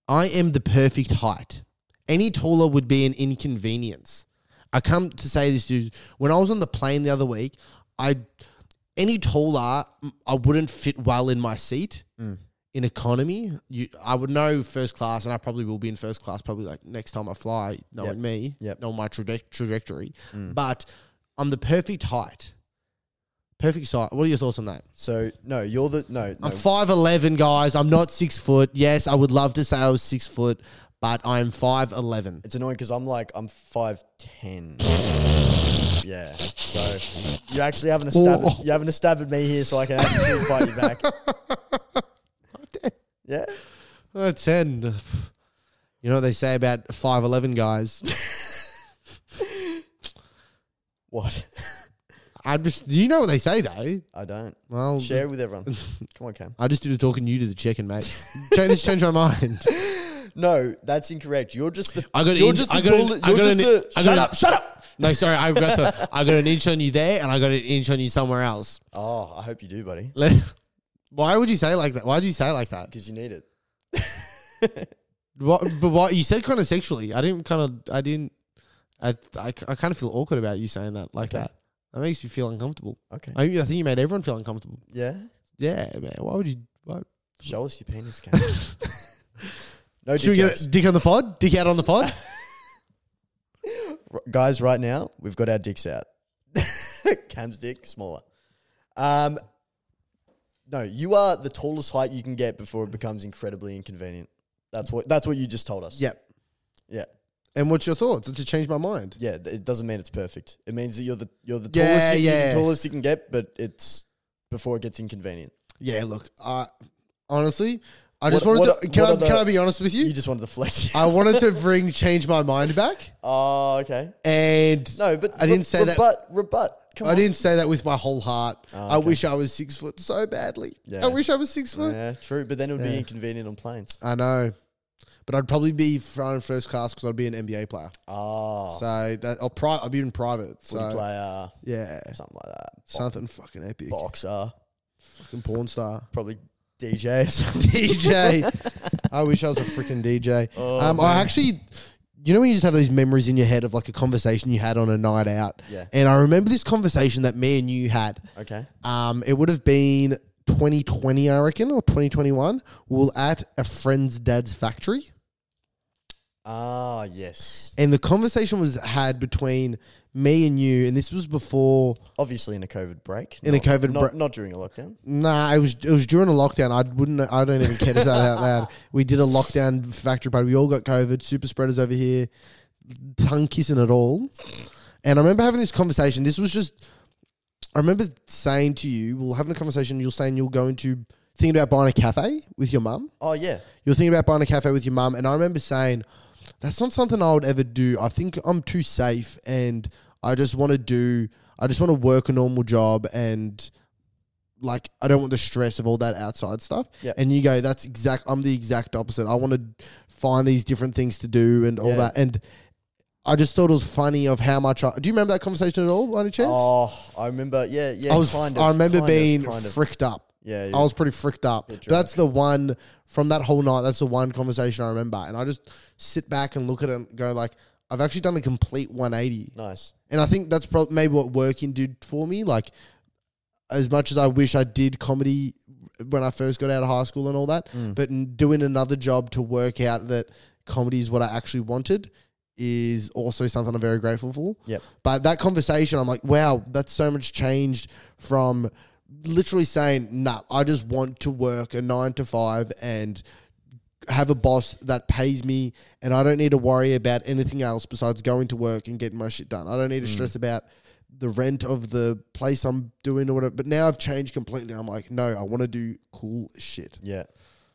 I am the perfect height. Any taller would be an inconvenience. I come to say this, dude. When I was on the plane the other week, I any taller, mm, I wouldn't fit well in my seat.
Mm.
In economy, you, I would know first class, and I probably will be in first class. Probably like next time I fly, knowing
Yep.
me,
Yep. Mm.
knowing my traje- trajectory. But I'm the perfect height. Perfect size. What are your thoughts on that?
So no, you're the no. no.
I'm five eleven, guys. I'm not six foot. Yes, I would love to say I was six foot, but I'm five eleven.
it's annoying because I'm like I'm five ten. yeah. So you actually haven't stab
Oh.
you haven't stabbed at me here, so I can actually fight you back. Yeah.
Uh, ten. You know what they say about five eleven guys.
What?
I'm just. You know what they say though.
I don't
Well,
share it with everyone. Come on, Cam.
I just did the talking. You did the chicken, mate. change, just change my mind.
No, that's incorrect. You're just the.
I got
you're
an-
just
I
the.
got an-
Tool,
I
you're
got
just
an-
the.
I got
shut
an-
up! Shut up!
No, sorry. I got the, I got an inch on you there, and I got an inch on you somewhere else.
Oh, I hope you do, buddy,
Le- Why would you say it like that? Why did you say it like that?
because you need it.
What, but why you said kind of sexually? I didn't kind of. I didn't. I, I, I kind of feel awkward about you saying that like
Okay.
that. That makes me feel uncomfortable.
Okay.
I, I think you made everyone feel uncomfortable.
Yeah.
Yeah, man. Why would you? Why?
Show us your penis, Cam. no
Should we
dick
get
jokes.
a dick on the pod? Dick out on the pod?
R- guys, right now we've got our dicks out. Cam's dick smaller. Um, no, you are the tallest height you can get before it becomes incredibly inconvenient. That's what that's what you just told us.
yep.
yeah,
And what's your thoughts? It's to change my mind.
yeah. th- It doesn't mean it's perfect. It means that you're the you're the
Yeah,
tallest you, you're
yeah.
the tallest you can get, but it's before it gets inconvenient.
Yeah. Look, I honestly, I
What-
just wanted
what
to.
are-
Can
what
I?
are the-
can I be honest with you?
You just wanted to flex.
I wanted to bring change my mind back,
Oh, okay.
and
No, but
I didn't say that.
rebut, that. Rebut. Come
I
on.
didn't say that with my whole heart. I
okay.
wish I was six foot so badly.
Yeah.
I wish I was six foot.
Yeah, true. But then it would be
Yeah.
inconvenient on planes.
I know, but I'd probably be thrown first class because I'd be an NBA player.
Oh,
So uh, that or pri- I'd be in private.
footy
So
player,
yeah,
something like that.
something fucking epic,
Boxer,
fucking porn star,
probably DJ. or something.
DJ. I wish I was a freaking DJ.
Oh,
um, I
man.
actually. You know when you just have those memories in your head of like a conversation you had on a night out,
Yeah.
and I remember this conversation that me and you had,
Okay.
Um, it would have been 2020, I reckon, or 2021. We were at a friend's dad's factory,
Ah, yes.
and the conversation was had between me and you, and this was before.
Obviously, in a COVID break.
In a
Not-
COVID
not,
break.
not during a lockdown.
Nah, it was it was during a lockdown. I wouldn't. I don't even care to say that out loud. We did a lockdown factory party. We all got COVID. Super spreaders over here, tongue kissing it all. And I remember having this conversation. This was just. I remember saying to you, we we're having a conversation. You're saying you're going to thinking about buying a cafe with your mum.
Oh yeah.
you're thinking about buying a cafe with your mum. And I remember saying, that's not something I would ever do. I think I'm too safe and I just want to do, I just want to work a normal job and like, I don't want the stress of all that outside stuff.
Yeah.
And you go, that's exact, I'm the exact opposite. I want to find these different things to do and all
Yeah.
that. And I just thought it was funny of how much I, do you remember that conversation at all by any chance?
Oh, I remember. Yeah, yeah.
I was,
Kind of,
I remember
kind of,
being
kind of.
fricked up.
Yeah, yeah.
I was pretty fricked up. But that's the one from that whole night. That's the one conversation I remember, and I just sit back and look at it and go like, I've actually done a complete 180,
nice.
and I think that's probably maybe what working did for me. Like, as much as I wish I did comedy when I first got out of high school and all that, but n- doing another job to work out that comedy is what I actually wanted is also something I'm very grateful for.
Yep.
But that conversation, I'm like, wow, that's so much changed from literally saying, nah, I just want to work a nine to five and have a boss that pays me and I don't need to worry about anything else besides going to work and getting my shit done. I don't need to stress about the rent of the place I'm doing or whatever. But now I've changed completely. I'm like, no, I want to do cool shit.
Yeah.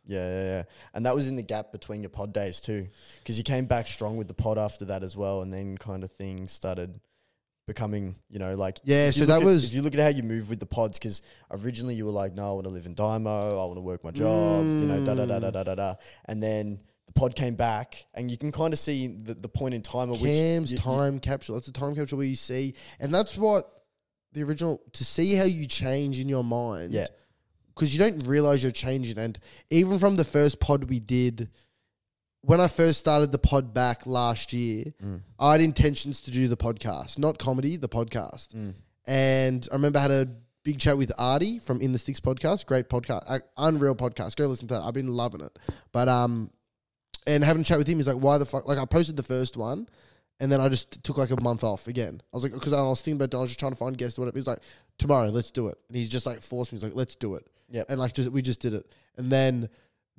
Yeah, yeah, yeah. And that was in the gap between your pod days too, because you came back strong with the pod after that as well, and then kind of things started becoming, you know, like
Yeah,
if you
so that
look at-
was-
if you look at how you move with the pods, because originally you were like, no, I want to live in Dymo, I want to work my job, you know, da da
Mm.
da da da da da, and then the pod came back, and you can kind of see the, the point in time at which
Cam's
you- you-
time capsule. That's a time capsule where you see, and that's what the original to see how you change in your mind.
Yeah.
because you don't realize you're changing, and even from the first pod we did. When I first started the pod back last year,
Mm.
I had intentions to do the podcast, not comedy, the podcast.
Mm.
And I remember I had a big chat with Artie from In the Sticks podcast, great podcast, uh, unreal podcast. Go listen to that. I've been loving it. But um, and having a chat with him, he's like, "Why the fuck?" Like I posted the first one, And then I just took like a month off again. I was like, because I was thinking about it, I was just trying to find guests or whatever. He's like, tomorrow, let's do it. And he's just like forced me. He's like, let's do it.
Yep.
And like, just we just did it. And then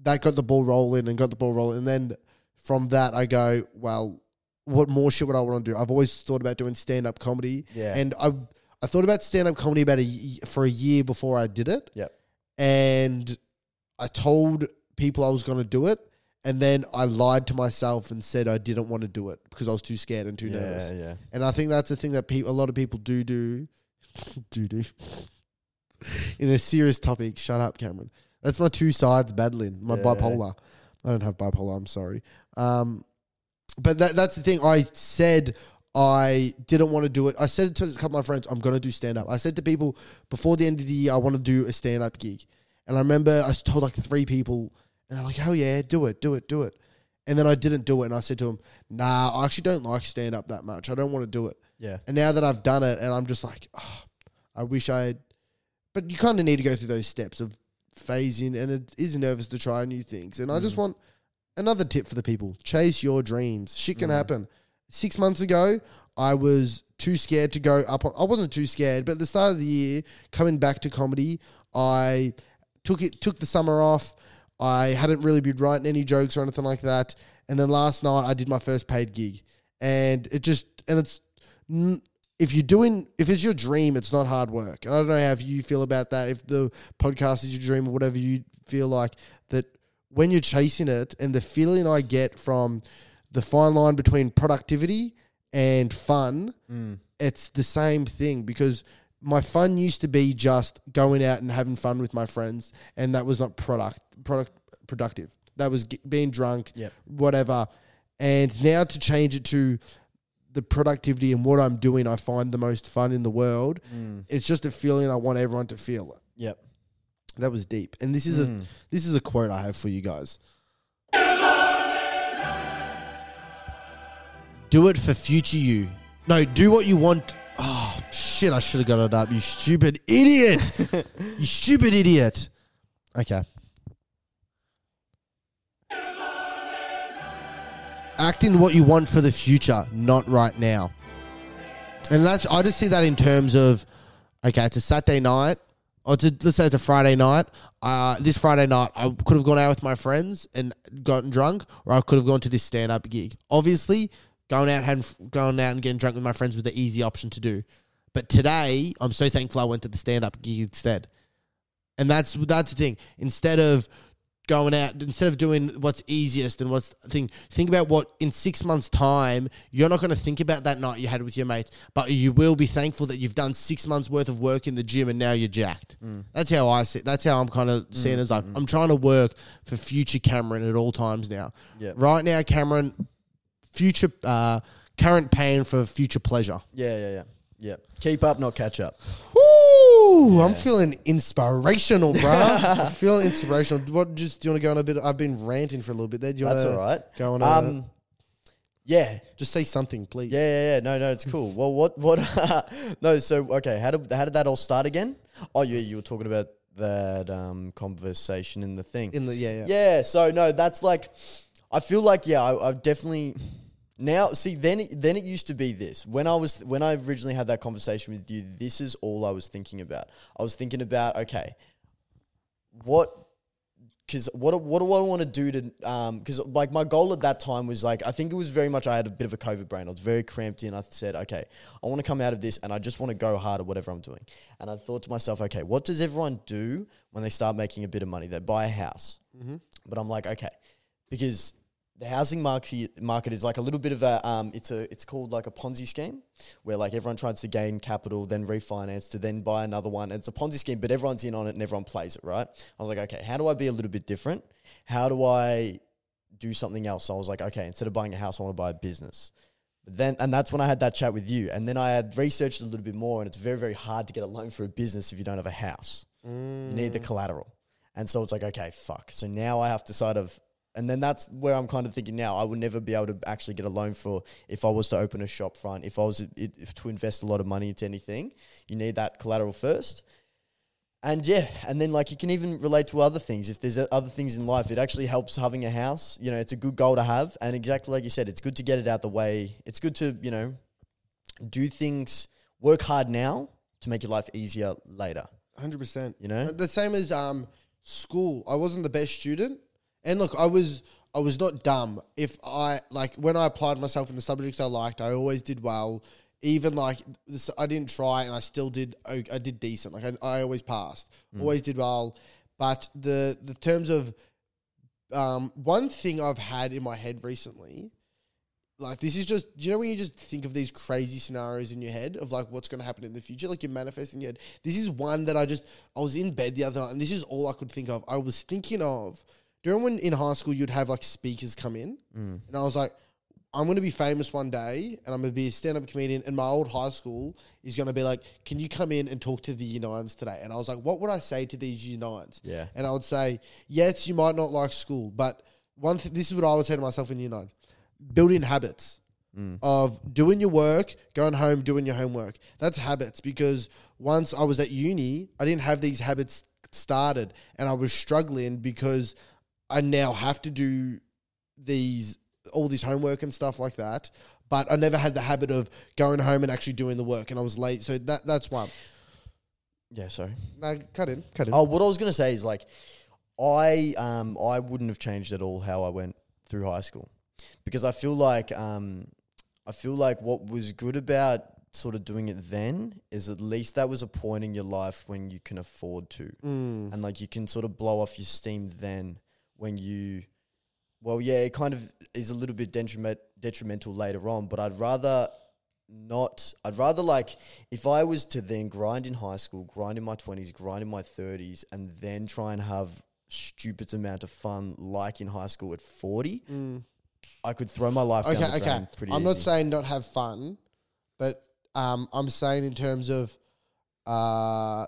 that got the ball rolling and got the ball rolling. And then from that, I go, well, what more shit would I want to do? I've always thought about doing stand up comedy.
Yeah.
And I, I thought about stand up comedy about a y- for a year before I did it
Yep.
and I told people I was going to do it, and then I lied to myself and said I didn't want to do it because I was too scared and too nervous.
Yeah, yeah.
And I think that's the thing that people, a lot of people do do, do do. In a serious topic, shut up, Cameron. That's my two sides battling. My
Yeah.
bipolar. I don't have bipolar. I'm sorry. Um, but that, that's the thing. I said I didn't want to do it. I said to a couple of my friends, I'm going to do stand up. I said to people before the end of the year, I want to do a stand up gig. And I remember I told like three people, and they're like, oh yeah, do it, do it, do it. And then I didn't do it. And I said to them, nah, I actually don't like stand up that much. I don't want to do it.
Yeah.
And now that I've done it, and I'm just like, oh, I wish I had. But you kind of need to go through those steps of phasing, and it is nervous to try new things. And I just want another tip for the people chase your dreams. Shit can happen. Six months ago, I was too scared to go up. On, I wasn't too scared, but at the start of the year, coming back to comedy, I took it took the summer off. I hadn't really been writing any jokes or anything like that. And then last night, I did my first paid gig, and it just and it's n- if you're doing if it's your dream, it's not hard work. And I don't know how you feel about that. If the podcast is your dream or whatever you feel like that when you're chasing it and the feeling I get from the fine line between productivity and fun, it's the same thing because my fun used to be just going out and having fun with my friends and that was not product product productive. That was g- being drunk,
Yep.
whatever. And now to change it to the productivity and what I'm doing, I find the most fun in the world. It's just a feeling I want everyone to feel.
Yep.
That was deep. And this is a this is a quote I have for you guys. Do it for future you. No, do what you want. Oh shit, I should have got it up, you stupid idiot. you stupid idiot. Okay. Act in what you want for the future, not right now. And that's I just see that in terms of okay, it's a Saturday night, or it's a, let's say it's a Friday night. Uh, this Friday night, I could have gone out with my friends and gotten drunk, or I could have gone to this stand up gig. Obviously, going out having, going out and getting drunk with my friends was the easy option to do. But today, I'm so thankful I went to the stand up gig instead. And that's that's the thing. Instead of going out, instead of doing what's easiest and what's the thing, think about what in six months' time you're not going to think about that night you had with your mates, but you will be thankful that you've done six months worth of work in the gym and now you're jacked. That's how I see. That's how I'm kind of seeing it as like I'm trying to work for future Cameron at all times now.
Yeah.
Right now, Cameron, future uh, current pain for future pleasure.
Yeah, yeah, yeah. Yep. Keep up, not catch up.
Woo! I'm feeling inspirational, bro. I'm feeling inspirational. What? Just do you want to go on a bit? I've been ranting for a little bit there. Do you
That's
wanna
all right.
Go Uh, on.
Um,
a,
yeah.
just say something, please.
Yeah, yeah, yeah. No, no, it's cool. Well, what, what? no, so okay. How did how did that all start again? Oh, yeah, you were talking about that um, conversation in the thing.
In the yeah, yeah.
yeah. So no, that's like, I feel like yeah, I, I've definitely now see then it, then it used to be this when I was when I originally had that conversation with you. This is all I was thinking about. I was thinking about okay, what because what what do I want to do to um because like my goal at that time was like I think it was very much I had a bit of a COVID brain I was very cramped in I said okay I want to come out of this and I just want to go hard at whatever I'm doing and I thought to myself okay what does everyone do when they start making a bit of money they buy a house but I'm like okay because the housing market market is like a little bit of a um, it's a it's called like a Ponzi scheme where like everyone tries to gain capital, then refinance to then buy another one. It's a Ponzi scheme, but everyone's in on it and everyone plays it, right? I was like, okay, how do I be a little bit different? How do I do something else? So I was like, okay, instead of buying a house, I want to buy a business. But then and that's when I had that chat with you, and then I had researched a little bit more, and it's very very hard to get a loan for a business if you don't have a house. You need the collateral. And so it's like, okay, fuck. So now I have to sort of, and then that's where I'm kind of thinking now, I would never be able to actually get a loan for if I was to open a shop front, if I was it, if to invest a lot of money into anything, you need that collateral first. And yeah, and then like you can even relate to other things. If there's other things in life, it actually helps having a house. You know, it's a good goal to have. And exactly like you said, it's good to get it out the way. It's good to, you know, do things, work hard now to make your life easier later.
Hundred percent.
You know?
the same as um school. I wasn't the best student, and look, I was I was not dumb. If I like when I applied myself in the subjects I liked, I always did well. Even like this, I didn't try, and I still did. I, I did decent. Like I, I always passed, always did well. But the the terms of um, one thing I've had in my head recently, like this is just you know when you just think of these crazy scenarios in your head of like what's going to happen in the future, like you're manifesting in your head. This is one that I just I was in bed the other night, and this is all I could think of. I was thinking of. Do you remember when in high school you'd have like speakers come in, and I was like, I'm going to be famous one day and I'm going to be a stand up comedian. And my old high school is going to be like, Can you come in and talk to the year nines today? And I was like, What would I say to these year nines?
Yeah.
And I would say, Yes, you might not like school, but one thing, this is what I would say to myself in year nine build in habits of doing your work, going home, doing your homework. That's habits because once I was at uni, I didn't have these habits started and I was struggling because I now have to do these all this homework and stuff like that. But I never had the habit of going home and actually doing the work, and I was late. So that that's one.
Yeah, sorry.
No, cut in, cut in.
Oh, what I was gonna say is like, I um I wouldn't have changed at all how I went through high school, because I feel like um I feel like what was good about sort of doing it then is at least that was a point in your life when you can afford to, and like you can sort of blow off your steam then when you. Well, yeah, it kind of is a little bit detriment, detrimental later on, but I'd rather not I'd rather like if I was to then grind in high school, grind in my twenties, grind in my thirties, and then try and have stupid amount of fun like in high school at forty,
Mm.
I could throw my life down
okay,
the drain
okay.
pretty
I'm not
easy.
saying not have fun, but um, I'm saying in terms of, uh,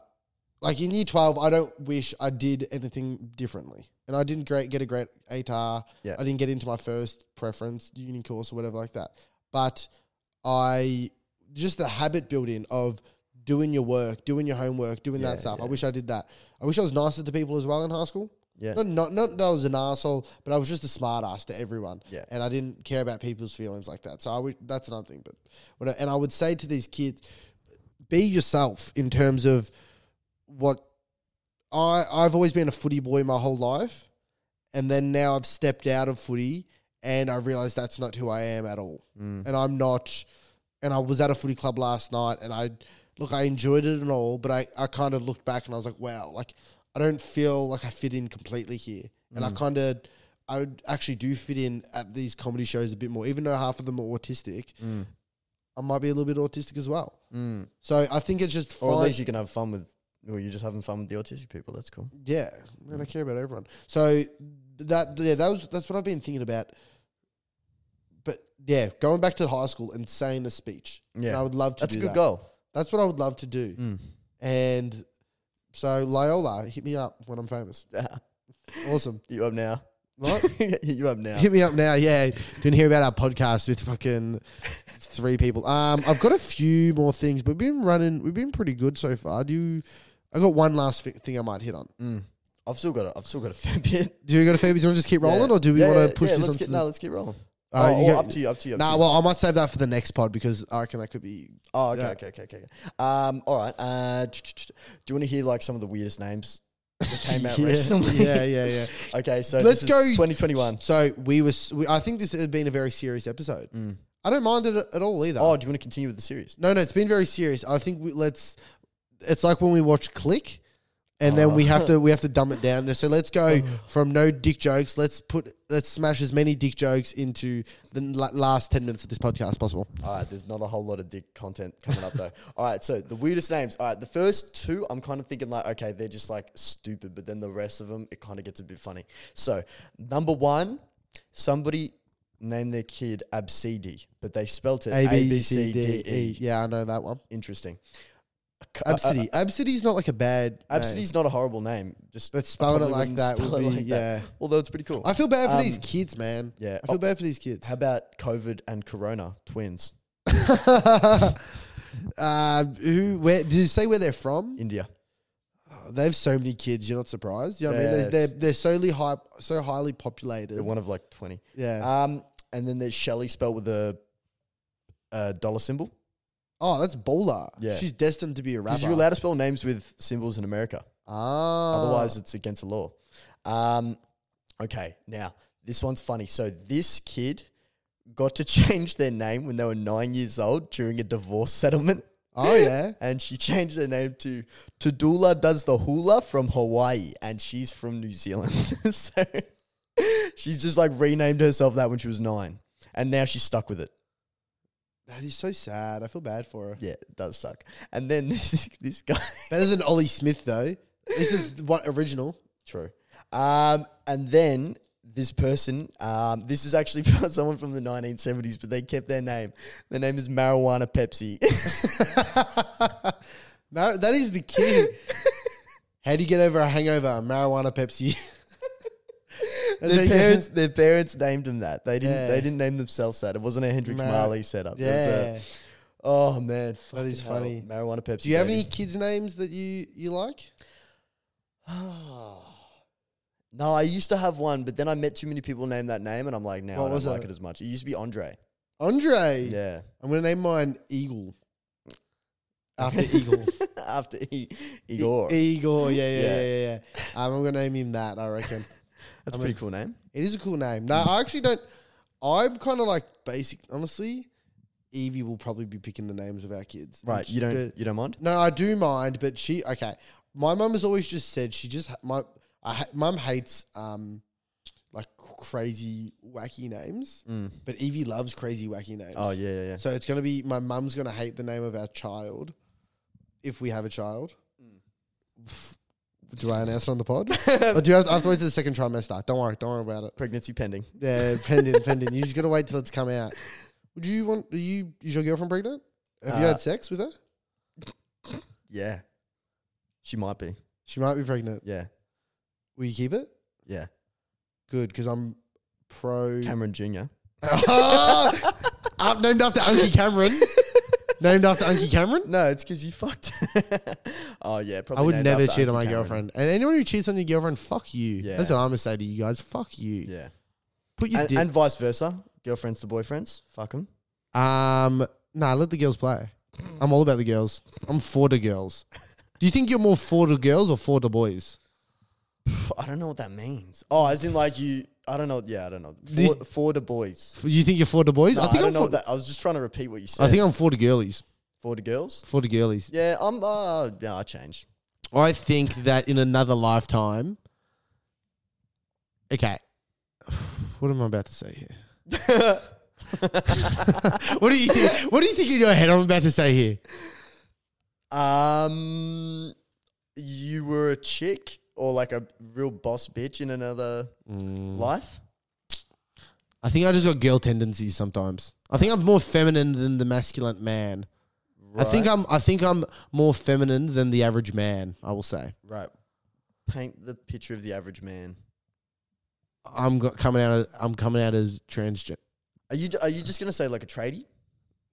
like in year twelve, I don't wish I did anything differently, and I didn't great, get a great ATAR.
Yeah.
I didn't get into my first preference uni course or whatever like that, but I just the habit built in of doing your work, doing your homework, doing
Yeah,
that stuff. I
yeah.
wish I did that. I wish I was nicer to people as well in high school.
Yeah.
Not, not not that I was an asshole, but I was just a smart ass to everyone.
Yeah.
And I didn't care about people's feelings like that. So I would, that's another thing. But what I, and I would say to these kids, be yourself in terms of what I I've always been a footy boy my whole life, and then now I've stepped out of footy and I realized that's not who I am at all.
Mm.
And I'm not and I was at a footy club last night and I look I enjoyed it and all, but I, I kind of looked back and I was like, wow, like I don't feel like I fit in completely here. And I
Mm.
kind of I would actually do fit in at these comedy shows a bit more, even though half of them are autistic.
Mm.
I might be a little bit autistic as well. So I think it's just
Or at
find-
least you can have fun with well, you're just having fun with the autistic people, that's cool.
yeah, and I care about everyone. So that yeah, that was that's what I've been thinking about. But yeah, going back to high school and saying a speech.
Yeah.
and I would love to.
That's a
do
good
that.
goal. Mm.
That's what I would love to do. And so Loyola, hit me up when I'm famous. Awesome.
you up now.
What?
you up now.
Hit me up now. Yeah, didn't hear about our podcast with fucking three people. Um, I've got a few more things, but we've been running. We've been pretty good so far. Do you, I got one last thi- thing I might hit on.
Mm. I've still got a I've still got a fair bit.
Do you got a favorite? Do you want to just keep rolling,
Yeah.
or do we
Yeah,
want
yeah,
to push
yeah,
this
let's
on?
get,
to
no,
the-
let's keep rolling.
Uh,
oh,
you
oh,
go-
up to you, up to you. Up to
Nah,
you.
well, I might save that for the next pod because I reckon that could be.
Oh, okay,
Yeah.
okay, okay, okay. Um, all right. Uh, do you want to hear like some of the weirdest names that came out recently?
yeah, yeah, yeah.
Okay, so
Let's
this is
go
2021.
So we were. s- We, I think this has been a very serious episode. I don't mind it at all either.
Oh, do you want to continue with the series?
No, no, it's been very serious. I think we, let's. It's like when we watch Click, and then we have to we have to dumb it down. So let's go from no dick jokes. Let's put let's smash as many dick jokes into the la- last ten minutes of this podcast as possible.
All right, there's not a whole lot of dick content coming up though. All right, so the weirdest names. All right, the first two, I'm kind of thinking like, okay, they're just like stupid, but then the rest of them, it kind of gets a bit funny. So number one, somebody named their kid Abcd, but they spelt it
A B C D E. uh, Yeah, I know that one.
Interesting. uh,
Absidy. Absidy's not like a bad.
Absidy's not a horrible name. Just
But
I
spelled it
probably
like
wouldn't
that would
spell it
be- yeah.
Although it's pretty cool.
Name. I feel bad for
Um,
these kids, man.
yeah.
I feel
Oh.
bad for these kids.
How about COVID and Corona twins?
uh, who? Where? Did you say where they're from?
India.
They have so many kids. You're not surprised. You know what I mean?
Yeah,
They're, they're,
it's-
they're solely hype, so highly populated.
One of like 20.
Yeah.
Um, and then there's Shelly spelled with a, a dollar symbol.
oh, that's Bola.
Yeah.
She's destined to be a
Because
rapper.
you're allowed to spell names with symbols in America.
Oh.
ah.
Otherwise, it's against the law. Um, okay, now this one's funny. So this kid got to change their name when they were nine years old during a divorce settlement.
Oh, yeah.
And she changed her name to Tudula Does the Hula from Hawaii, and she's from New Zealand. so she's just like renamed herself that when she was nine, and now she's stuck with it.
That is so sad. I feel bad for her.
Yeah, it does suck. And then this is this guy.
Better than Ollie Smith though. This is what original.
True. Um, and then this person, um, this is actually someone from the 1970s, but they kept their name. Their name is Marijuana Pepsi.
Mar- that is the key. How do you get over a hangover? Marijuana, Pepsi. That's how
their
you get-
parents, their parents named them that. They didn't.
Yeah.
They didn't name themselves that. It wasn't a Hendrix
Mar-
Marley setup. It was a-
Yeah.
oh man, fucking
is
hell.
funny.
Marijuana Pepsi.
Do you have
baby.
any kids' names that you you like?
No, I used to have one, but then I met too many people name that name, and I'm like, now
What
I
was
don't like
it? E-
it as much. It used to be Andre.
Andre.
Yeah,
I'm gonna name mine Eagle. After Eagle.
after E, Igor.
Eagle. Yeah, yeah,
Yeah.
yeah, yeah. yeah. Um, I'm gonna name him that. I reckon.
That's a pretty cool name.
It is a cool name. No, I actually don't. I'm kind of like basic, honestly. Evie will probably be picking the names of our kids. And
Right,
she-
you don't.
but-
You don't mind?
no, I do mind, but she. Okay, my mum has always just said she just ha- my I, ha- mum hates um like crazy wacky names, but Evie loves crazy wacky names.
Oh yeah, yeah, yeah.
So it's gonna be my mum's gonna hate the name of our child if we have a child. Do I announce it on the pod? or do you have to, I have to wait to the second trimester? Don't worry, don't worry about it.
Pregnancy pending.
Yeah, pending, pending. You just gotta wait till it's come out. Would you want? Are you is your girlfriend pregnant? Have you
Uh,
had sex with her?
Yeah. She might be.
She might be pregnant.
Yeah.
Will you keep it?
Yeah.
Good, because I'm pro.
Cameron Jr.
Ah, named after Unky Cameron. named after Unky Cameron.
No, it's because you fucked. oh, yeah. Probably
I would
named
never
after
cheat on my
Auntie Cameron.
girlfriend. And anyone who cheats on your girlfriend, fuck you.
Yeah.
That's what I'm gonna say to you guys. Fuck you.
Yeah.
Put your
And,
dick.
and vice versa. Girlfriends to boyfriends. Fuck them.
um, nah, let the girls play. I'm all about the girls. I'm for the girls. Do you think you're more for the girls or for the boys?
I don't know what that means. Oh, as in like you. I don't know. Yeah, I don't know. For,
This-
for the boys.
You think you're for the boys?
No,
I think
don't
am
know
for.
what that. I was just trying to repeat what you said.
I think I'm for the girlies.
for the girls.
For the girlies.
Yeah, I'm. Uh, no, I changed.
I think that in another lifetime. Okay. What am I about to say here? what do you think? What do you think in your head I'm about to say here?
Um, you were a chick or like a real boss bitch in another
Mm.
life.
I think I just got girl tendencies sometimes. I think I'm more feminine than the masculine man. I think
Right.
I'm I think I'm more feminine than the average man, I will say.
Right. Paint the picture of the average man.
I'm got coming out as, I'm coming out as transgender.
Are you are you just gonna say like a tradie?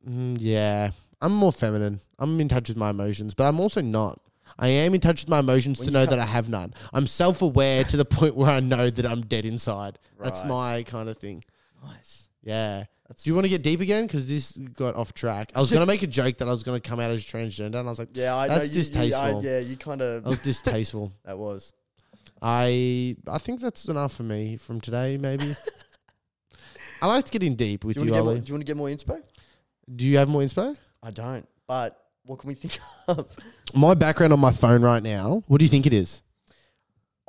Mm, yeah. I'm more feminine. I'm in touch with my emotions, but I'm also not. I am in touch with my emotions to know that I have none. I'm self aware to the point where I know that I'm dead inside. That's
Right.
my kind of thing.
Nice.
Yeah.
That's-
Do you want to get deep again? Because this got off track. I was going to make a joke that I was going to come out as transgender, and I was like,
Yeah, I
that's
know. You,
distasteful.
You, I, yeah, you kind
That was
of
distasteful.
that was.
I I think that's enough for me from today. Maybe I liked getting deep with
Do
you,
you, want to get more,
Ollie.
do you want to get more inspo?
Do you have more inspo?
I don't. But what can we think of?
My background on my phone right now. What do you think it is?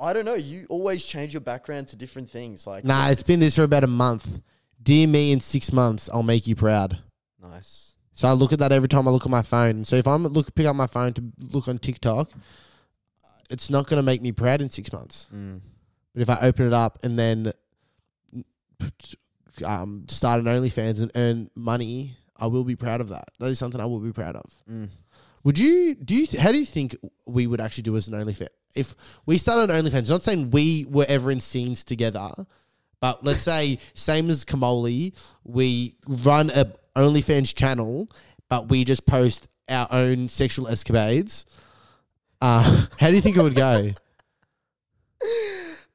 I don't know. You always change your background to different things. Like
Nah, it's been this for about a month. Dear me, in six months, I'll make you proud.
nice.
So I look at that every time I look at my phone. So if I'm look pick up my phone to look on TikTok, it's not going to make me proud in six months. But if I open it up and then um, start an OnlyFans and earn money, I will be proud of that. That is something I will be proud of. Would you? Do you? How do you think we would actually do as an OnlyFans if we started an OnlyFans? Not saying we were ever in scenes together, but let's say same as Kamoli, we run a OnlyFans channel, but we just post our own sexual escapades. Uh, how do you think it would go?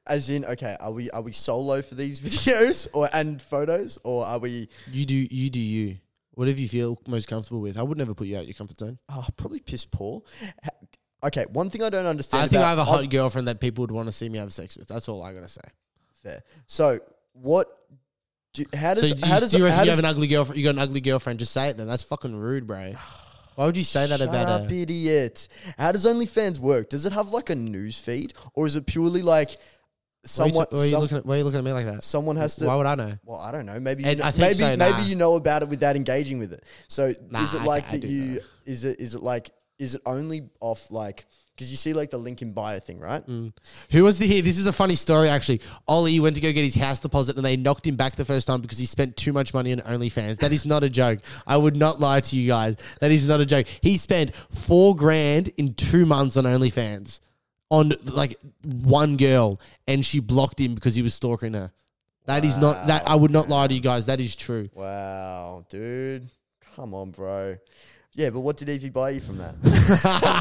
As in, okay, are we are we solo for these videos or and photos, or are we
You do you do you. Whatever you feel most comfortable with. I would never put you out of your comfort zone.
oh, probably piss poor? Ha- Okay, one thing I don't understand.
I think
about-
I have a
oh,
hot girlfriend that people would want to see me have sex with. That's all I gotta say.
there. So what? Do, how
So
does
you,
how does
you reckon
how
you
does,
have an ugly girlfriend? You got an ugly girlfriend? Just say it then. That's fucking rude, bro. Why would you say that
Shut
about uh,
up,
her?
idiot. How does OnlyFans work? Does it have like a news feed, or is it purely like
Why are you,
someone?
why are you
some-
looking at, why are you looking at me like that?
someone has to.
Why would I know?
well, I don't know. Maybe you
And
know,
I think
maybe
so,
maybe
nah.
you know about it without engaging with it. So
Nah,
is it
I-
like
I
that
do
you?
know.
Is it is it like is it only off like because you see like the link in bio thing, right?
Mm. Who wants to hear? This is a funny story, actually. Ollie went to go get his house deposit and they knocked him back the first time because he spent too much money on OnlyFans. That is not a joke. I would not lie to you guys. That is not a joke. He spent four grand in two months on OnlyFans on like one girl and she blocked him because he was stalking her. That is not that I would not lie to you guys. That is true.
Wow, dude, come on, bro. Yeah, but what did Evie buy you from that?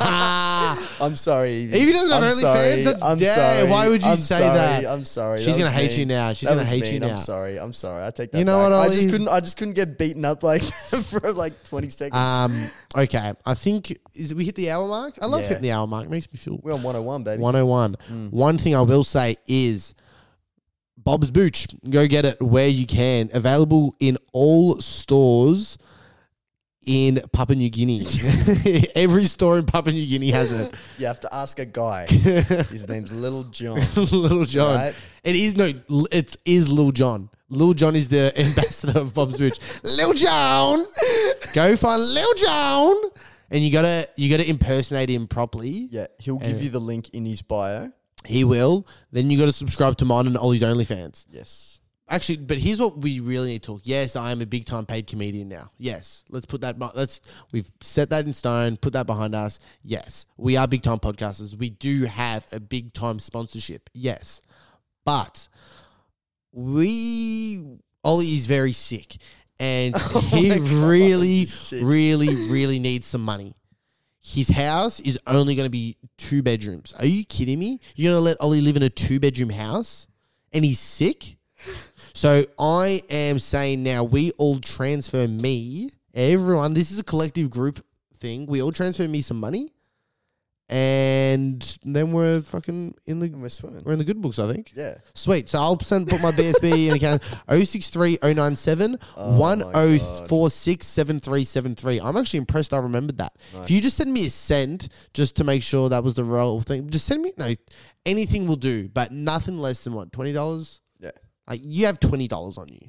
I'm sorry, Evie.
Evie doesn't have
I'm
OnlyFans?
sorry,
That's-
I'm
yeah,
sorry.
why would you
I'm
say
sorry,
that?
I'm sorry.
She's
that
gonna
was
hate you
mean.
now. She's
That
gonna
was
hate you
mean.
now.
I'm sorry. I'm sorry. I take that.
You know
back.
what,
I just
Ollie?
couldn't. I just couldn't get beaten up like for like 20 seconds.
Um, okay. I think is it- we hit the hour mark. I love
Yeah.
hitting the hour mark. Makes me feel
We're on 101, baby.
101.
Hmm.
One thing I will say is Bob's Booch. Go get it where you can. Available in all stores in Papua New Guinea. Every store in Papua New Guinea has it.
You have to ask a guy. His name's Little John.
Little John.
Right.
It is no. l- It is Lil John. Lil John is the ambassador of Bob's Booch. Lil John, go find Lil John, and you gotta you gotta impersonate him properly.
Yeah, he'll give you the link in his bio.
He will. Then you gotta subscribe to mine and Ollie's OnlyFans.
Yes.
Actually, but here's what we really need to talk. Yes, I am a big time paid comedian now. Yes, let's put that. bu- Let's we've set that in stone. Put that behind us. Yes, we are big time podcasters. We do have a big time sponsorship. Yes, but we Ollie is very sick, and he really,
shit.
really, really needs some money. His house is only going to be two bedrooms. Are you kidding me? You're going to let Ollie live in a two bedroom house, and he's sick. So I am saying now we all transfer me, everyone. This is a collective group thing. We all transfer me some money, and then we're fucking in
And
the
we're swimming.
we're in the good books. I think.
yeah.
Sweet. So I'll send put my BSB in account 063097 10467373. I'm actually impressed I remembered that. If you just send me a send just to make sure that was the real thing, just send me no anything will do, but nothing less than what, twenty dollars?
Yeah.
Like you have twenty dollars on you.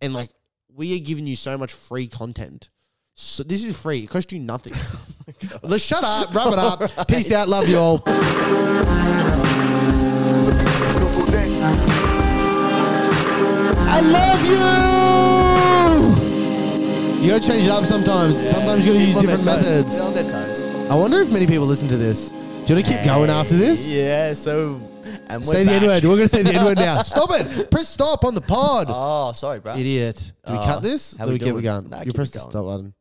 And like we are giving you so much free content. So this is free. It costs you nothing.
Oh
Let's shut up, wrap it up. Peace out. Love you all. I love you. You gotta change it up sometimes. Sometimes you gotta use different methods.
Yeah, on their toes.
I wonder if many people listen to this. Do you wanna keep going after this?
Yeah, so. And we're
Say the
back.
N word. We're gonna say the N word now. Stop it. Press stop on the pod.
Oh, sorry, bro.
Idiot. Do we
Uh,
cut this?
Oh, how
Do
we
we keep it
doing?
going?
Nah,
you
keep it
press the
going.
stop button.